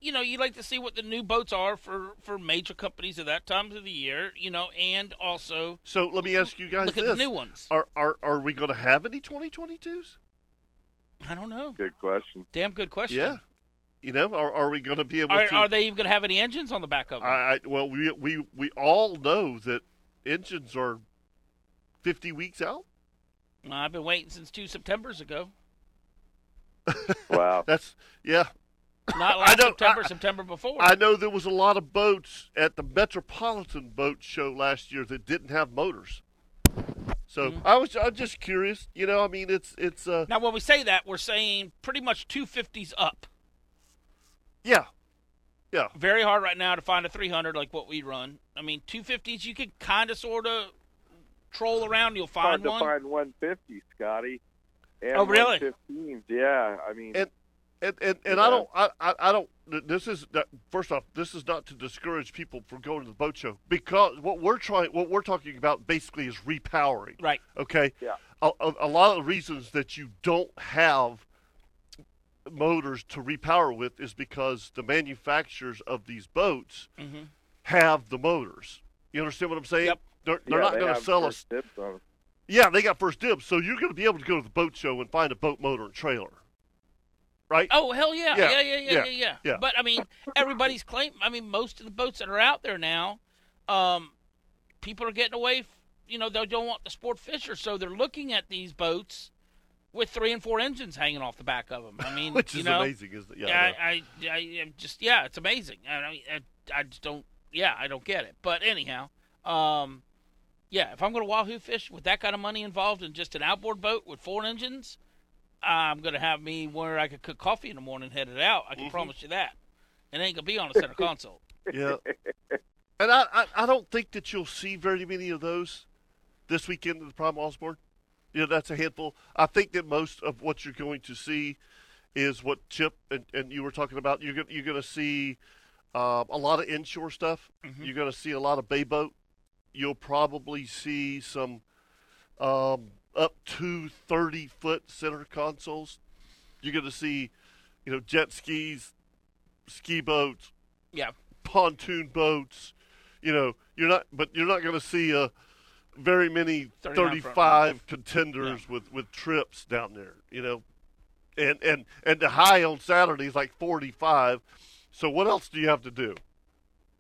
[SPEAKER 5] you know, you like to see what the new boats are for for major companies at that time of the year, you know, and also
[SPEAKER 1] So let me ask you guys
[SPEAKER 5] look at
[SPEAKER 1] this:
[SPEAKER 5] the new ones.
[SPEAKER 1] Are are are we going to have any 2022s?
[SPEAKER 5] I don't know.
[SPEAKER 6] Good question.
[SPEAKER 5] Damn good question.
[SPEAKER 1] Yeah. You know, are are we going to be able
[SPEAKER 5] Are,
[SPEAKER 1] to?
[SPEAKER 5] are they even going to have any engines on the back of them?
[SPEAKER 1] I, I well, we we we all know that engines are fifty weeks out.
[SPEAKER 5] I've been waiting since two September's ago.
[SPEAKER 6] Wow.
[SPEAKER 1] That's yeah.
[SPEAKER 5] Not last
[SPEAKER 1] don't-
[SPEAKER 5] September,
[SPEAKER 1] I-
[SPEAKER 5] September before.
[SPEAKER 1] I know there was a lot of boats at the Metropolitan Boat Show last year that didn't have motors. So I was I'm just curious. You know, I mean, it's it's uh
[SPEAKER 5] now, when we say that, we're saying pretty much 250s up.
[SPEAKER 1] yeah, yeah.
[SPEAKER 5] Very hard right now to find a 300 like what we run. I mean, 250s, you can kind of sort of troll around. You'll
[SPEAKER 6] hard
[SPEAKER 5] find
[SPEAKER 6] to
[SPEAKER 5] one.
[SPEAKER 6] find 150, Scotty. And
[SPEAKER 5] Oh, really?
[SPEAKER 6] 115s, yeah. I mean,
[SPEAKER 1] And- And and, and I
[SPEAKER 6] Yeah.
[SPEAKER 1] don't I, I I don't th- this is not, first off this is not to discourage people from going to the boat show because what we're trying what we're talking about basically is repowering.
[SPEAKER 5] Right.
[SPEAKER 1] Okay.
[SPEAKER 6] Yeah.
[SPEAKER 1] A, a, a lot of the reasons that you don't have motors to repower with is because the manufacturers of these boats have the motors. You understand what I'm saying?
[SPEAKER 5] Mm-hmm.
[SPEAKER 1] They're,
[SPEAKER 5] Yep.
[SPEAKER 1] they're
[SPEAKER 6] Yeah,
[SPEAKER 1] not
[SPEAKER 6] they
[SPEAKER 1] going to
[SPEAKER 6] have
[SPEAKER 1] sell us.
[SPEAKER 6] first dibs on 'em.
[SPEAKER 1] Yeah, they got first dibs, so you're going to be able to go to the boat show and find a boat motor and trailer, right?
[SPEAKER 5] Oh hell yeah.
[SPEAKER 1] Yeah,
[SPEAKER 5] Yeah, yeah, yeah, yeah,
[SPEAKER 1] yeah,
[SPEAKER 5] yeah,
[SPEAKER 1] yeah.
[SPEAKER 5] But I mean, everybody's claim. I mean, most of the boats that are out there now, um, people are getting away. f- You know, they don't want the sport fisher, so they're looking at these boats with three and four engines hanging off the back of them. I mean,
[SPEAKER 1] Which
[SPEAKER 5] you
[SPEAKER 1] is
[SPEAKER 5] know,
[SPEAKER 1] amazing, isn't it? Yeah. I know.
[SPEAKER 5] I, I, I, am just yeah, it's amazing. I, I, I just don't. Yeah, I don't get it. But anyhow, um, yeah, if I'm going to wahoo fish with that kind of money involved in just an outboard boat with four engines, I'm going to have me where I could cook coffee in the morning, and head it out. I
[SPEAKER 1] Mm-hmm.
[SPEAKER 5] can promise you that. It ain't gonna be on a center console.
[SPEAKER 1] Yeah. And I, I, I don't think that you'll see very many of those this weekend at the Prime Osborne. You know, that's a handful. I think that most of what you're going to see is what Chip and, and you were talking about. You're going you're going to see um, a lot of inshore stuff. You're going to see a lot of bay boat. You'll probably see some um, up to 30 foot center consoles. You're going to see, you know, jet skis, ski boats,
[SPEAKER 5] Yeah,
[SPEAKER 1] pontoon boats. You know, you're not, but you're not going to see uh, very many
[SPEAKER 5] 39 front
[SPEAKER 1] 35 contenders with, with trips down there. You know, and and and the high on Saturday is like 45. So what else do you have to do?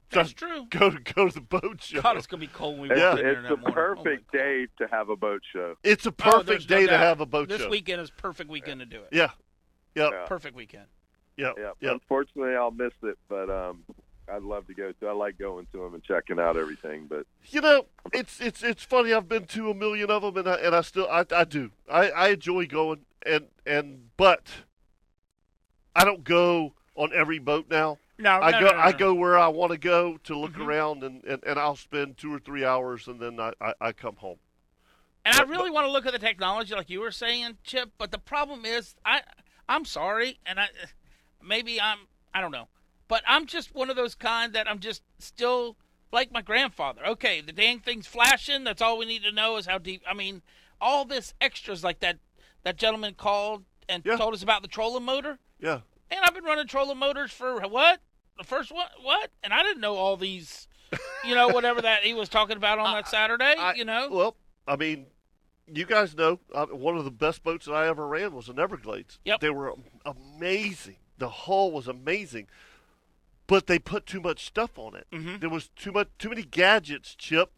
[SPEAKER 5] that's
[SPEAKER 1] Just
[SPEAKER 5] true.
[SPEAKER 1] Go to go to the boat show.
[SPEAKER 5] God, it's gonna be cold when we
[SPEAKER 1] It's-
[SPEAKER 5] walk
[SPEAKER 1] Yeah.
[SPEAKER 5] in there that
[SPEAKER 6] It's the
[SPEAKER 5] morning. Oh my
[SPEAKER 6] perfect
[SPEAKER 5] God.
[SPEAKER 6] day to have a boat show.
[SPEAKER 1] It's a
[SPEAKER 5] Oh, there's
[SPEAKER 1] perfect
[SPEAKER 5] no
[SPEAKER 1] day to
[SPEAKER 5] doubt.
[SPEAKER 1] have a boat
[SPEAKER 5] This
[SPEAKER 1] show.
[SPEAKER 5] weekend is perfect weekend to do it.
[SPEAKER 1] Yeah. Yep.
[SPEAKER 6] Yeah.
[SPEAKER 5] Perfect weekend.
[SPEAKER 1] Yep.
[SPEAKER 6] Yeah.
[SPEAKER 1] Yep. Yep.
[SPEAKER 6] Unfortunately, I'll miss it, but um, I'd love to go to. I like going to them and checking out everything, but
[SPEAKER 1] You know, it's it's it's funny. I've been to a million of them, and I and I still I, I do. I, I enjoy going, and and but I don't go on every boat now.
[SPEAKER 5] No,
[SPEAKER 1] I
[SPEAKER 5] no,
[SPEAKER 1] go
[SPEAKER 5] no, no,
[SPEAKER 1] I
[SPEAKER 5] no. Mm-hmm.
[SPEAKER 1] go where I want to go to look around, and, and and I'll spend two or three hours, and then I I, I come home.
[SPEAKER 5] And I
[SPEAKER 1] But-
[SPEAKER 5] really want to look at the technology, like you were saying, Chip. But the problem is, I, I'm sorry, and I, maybe I'm, I don't know, but I'm just one of those kind that I'm just still like my grandfather. Okay, the dang thing's flashing. That's all we need to know is how deep. I mean, all this extras like that. That gentleman called and
[SPEAKER 1] Yeah.
[SPEAKER 5] told us about the trolling motor.
[SPEAKER 1] Yeah.
[SPEAKER 5] Man, I've been running trolling motors for what? The first one, what? And I didn't know all these, you know, whatever that he was talking about on that Saturday.
[SPEAKER 1] I-
[SPEAKER 5] you know.
[SPEAKER 1] Well, I mean, you guys know uh, one of the best boats that I ever ran was an Everglades.
[SPEAKER 5] Yep.
[SPEAKER 1] They were amazing. The hull was amazing, but they put too much stuff on it.
[SPEAKER 5] Mm-hmm.
[SPEAKER 1] There was too much, too many gadgets, Chip.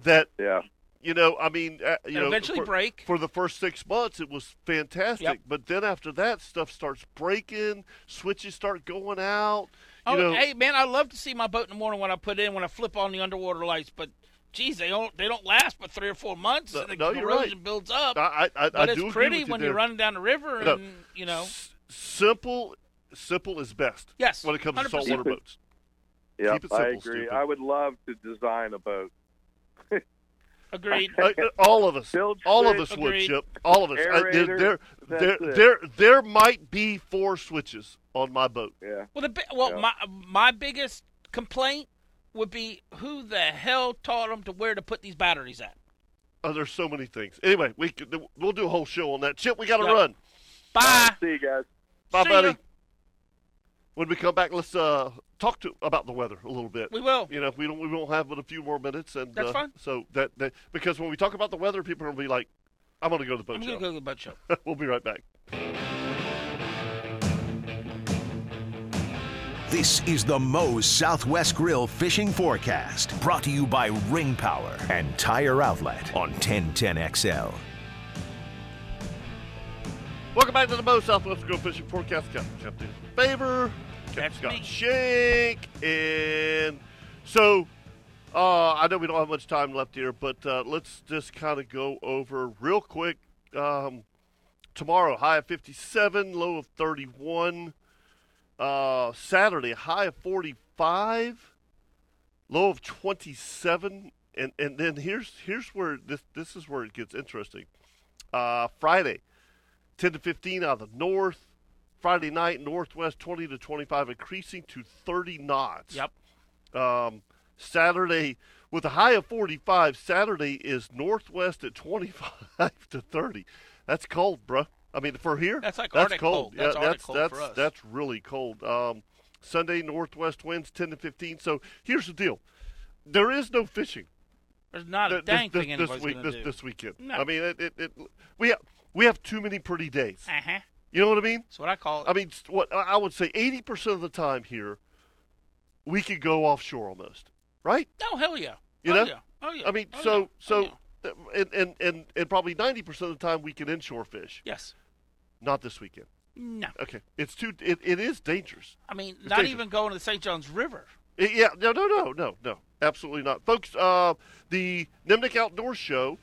[SPEAKER 1] That
[SPEAKER 6] yeah.
[SPEAKER 1] you know, I mean, uh, you know,
[SPEAKER 5] eventually
[SPEAKER 1] for,
[SPEAKER 5] break.
[SPEAKER 1] for the first six months. It was fantastic,
[SPEAKER 5] Yep.
[SPEAKER 1] but then after that, stuff starts breaking. Switches start going out. You
[SPEAKER 5] Oh,
[SPEAKER 1] know,
[SPEAKER 5] hey man, I love to see my boat in the morning when I put in when I flip on the underwater lights, but geez, they don't they don't last but three or four months.
[SPEAKER 1] No-
[SPEAKER 5] and the
[SPEAKER 1] no, you're
[SPEAKER 5] corrosion
[SPEAKER 1] right.
[SPEAKER 5] builds up.
[SPEAKER 1] I, I, I,
[SPEAKER 5] but
[SPEAKER 1] I
[SPEAKER 5] it's
[SPEAKER 1] do agree
[SPEAKER 5] pretty
[SPEAKER 1] with you
[SPEAKER 5] when
[SPEAKER 1] there.
[SPEAKER 5] you're running down the river
[SPEAKER 1] No.
[SPEAKER 5] and you know.
[SPEAKER 1] S- simple, simple is best.
[SPEAKER 5] Yes,
[SPEAKER 1] When it comes to
[SPEAKER 5] 100%.
[SPEAKER 1] saltwater boats.
[SPEAKER 6] Yeah,
[SPEAKER 1] Keep it
[SPEAKER 6] I
[SPEAKER 1] simple,
[SPEAKER 6] agree.
[SPEAKER 1] stupid.
[SPEAKER 6] I would love to design a boat.
[SPEAKER 5] Agreed.
[SPEAKER 1] Uh, uh, all of us,
[SPEAKER 6] Bilge
[SPEAKER 1] all of
[SPEAKER 6] switch.
[SPEAKER 1] us would
[SPEAKER 5] Agreed.
[SPEAKER 1] chip. All of us. I- there,
[SPEAKER 6] Aerator,
[SPEAKER 1] there,
[SPEAKER 6] that's
[SPEAKER 1] there,
[SPEAKER 6] it.
[SPEAKER 1] there, there might be four switches on my boat.
[SPEAKER 6] Yeah.
[SPEAKER 5] Well, the bi- well,
[SPEAKER 6] Yeah.
[SPEAKER 5] my my biggest complaint would be who the hell taught them to where to put these batteries at?
[SPEAKER 1] Oh, there's so many things. Anyway, we could, we'll do a whole show on that. Chip, we got to
[SPEAKER 5] Yeah.
[SPEAKER 1] run.
[SPEAKER 5] Bye.
[SPEAKER 6] See you guys.
[SPEAKER 1] Bye,
[SPEAKER 5] See ya.
[SPEAKER 1] buddy. When we come back, let's uh, talk to about the weather a little bit.
[SPEAKER 5] We will.
[SPEAKER 1] you know, we don't we won't have but a few more minutes, and
[SPEAKER 5] That's
[SPEAKER 1] uh,
[SPEAKER 5] fine.
[SPEAKER 1] So that, that because when we talk about the weather, people are gonna be like, "I'm gonna go to the boat
[SPEAKER 5] I'm
[SPEAKER 1] show."
[SPEAKER 5] gonna go to the boat show.
[SPEAKER 1] we'll be right back.
[SPEAKER 3] This is the Moe's Southwest Grill Fishing Forecast, brought to you by Ring Power and Tire Outlet on 1010XL.
[SPEAKER 1] Welcome back to the Mo Southwest Grill Fishing Forecast. Captain, Captain Favor, Captain
[SPEAKER 5] That's
[SPEAKER 1] Scott
[SPEAKER 5] me.
[SPEAKER 1] Shank, and so uh, I know we don't have much time left here, but uh, let's just kind of go over real quick. Um, tomorrow, high of 57, low of 31. Uh, Saturday, high of 45, low of 27, and and then here's here's where this this is where it gets interesting. Uh, Friday, 10 to 15 out of the north. Friday night, northwest 20 to 25, increasing to 30 knots.
[SPEAKER 5] Yep.
[SPEAKER 1] Um, Saturday, with a high of 45, Saturday is northwest at 25 to 30. That's cold, bruh. I mean, for here,
[SPEAKER 5] That's like
[SPEAKER 1] that's
[SPEAKER 5] Arctic
[SPEAKER 1] cold.
[SPEAKER 5] cold. That's
[SPEAKER 1] yeah,
[SPEAKER 5] Arctic
[SPEAKER 1] that's
[SPEAKER 5] cold
[SPEAKER 1] that's
[SPEAKER 5] for us.
[SPEAKER 1] that's really cold. Um, Sunday northwest winds ten to fifteen. So here's the deal: there is no fishing
[SPEAKER 5] There's not a
[SPEAKER 1] th- this-
[SPEAKER 5] dang
[SPEAKER 1] this,
[SPEAKER 5] thing
[SPEAKER 1] this,
[SPEAKER 5] anybody's
[SPEAKER 1] week-
[SPEAKER 5] gonna
[SPEAKER 1] this,
[SPEAKER 5] do.
[SPEAKER 1] this weekend.
[SPEAKER 5] No.
[SPEAKER 1] I mean, it, it, it, we have we have too many pretty days.
[SPEAKER 5] Uh huh.
[SPEAKER 1] You know what I mean?
[SPEAKER 5] That's what I call it.
[SPEAKER 1] I mean, s- what I I would say, eighty percent of the time here, we could go offshore almost, right?
[SPEAKER 5] No, hell yeah.
[SPEAKER 1] You
[SPEAKER 5] oh,
[SPEAKER 1] know?
[SPEAKER 5] Yeah. Oh yeah.
[SPEAKER 1] I mean,
[SPEAKER 5] Oh, yeah.
[SPEAKER 1] so
[SPEAKER 5] Oh,
[SPEAKER 1] so,
[SPEAKER 5] yeah.
[SPEAKER 1] th- and, and and and probably ninety percent of the time we can inshore fish.
[SPEAKER 5] Yes.
[SPEAKER 1] Not this weekend.
[SPEAKER 5] No.
[SPEAKER 1] Okay, it's too. It, it is dangerous.
[SPEAKER 5] I mean,
[SPEAKER 1] It's
[SPEAKER 5] not
[SPEAKER 1] dangerous.
[SPEAKER 5] even going to the St. Johns River.
[SPEAKER 1] Uh, yeah, no, no, no, no, no. Absolutely not. Folks, uh, the Nimnik Outdoor Show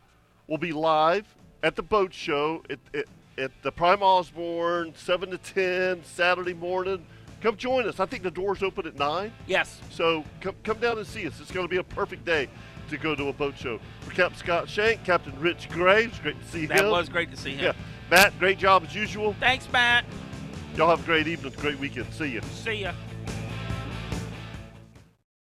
[SPEAKER 1] will be live at the boat show at, at, at the Prime Osborne, 7 to 10, Saturday morning. Come join us. I think the doors open at 9.
[SPEAKER 5] Yes.
[SPEAKER 1] So come, come down and see us. It's going to be a perfect day to go to a boat show. For Captain Scott Shank, Captain Rich Graves, great to see
[SPEAKER 5] That
[SPEAKER 1] him.
[SPEAKER 5] was great to see him.
[SPEAKER 1] Yeah. Matt, great job as usual.
[SPEAKER 5] Thanks, Matt.
[SPEAKER 1] Y'all have a great evening, great weekend. See you.
[SPEAKER 5] See ya.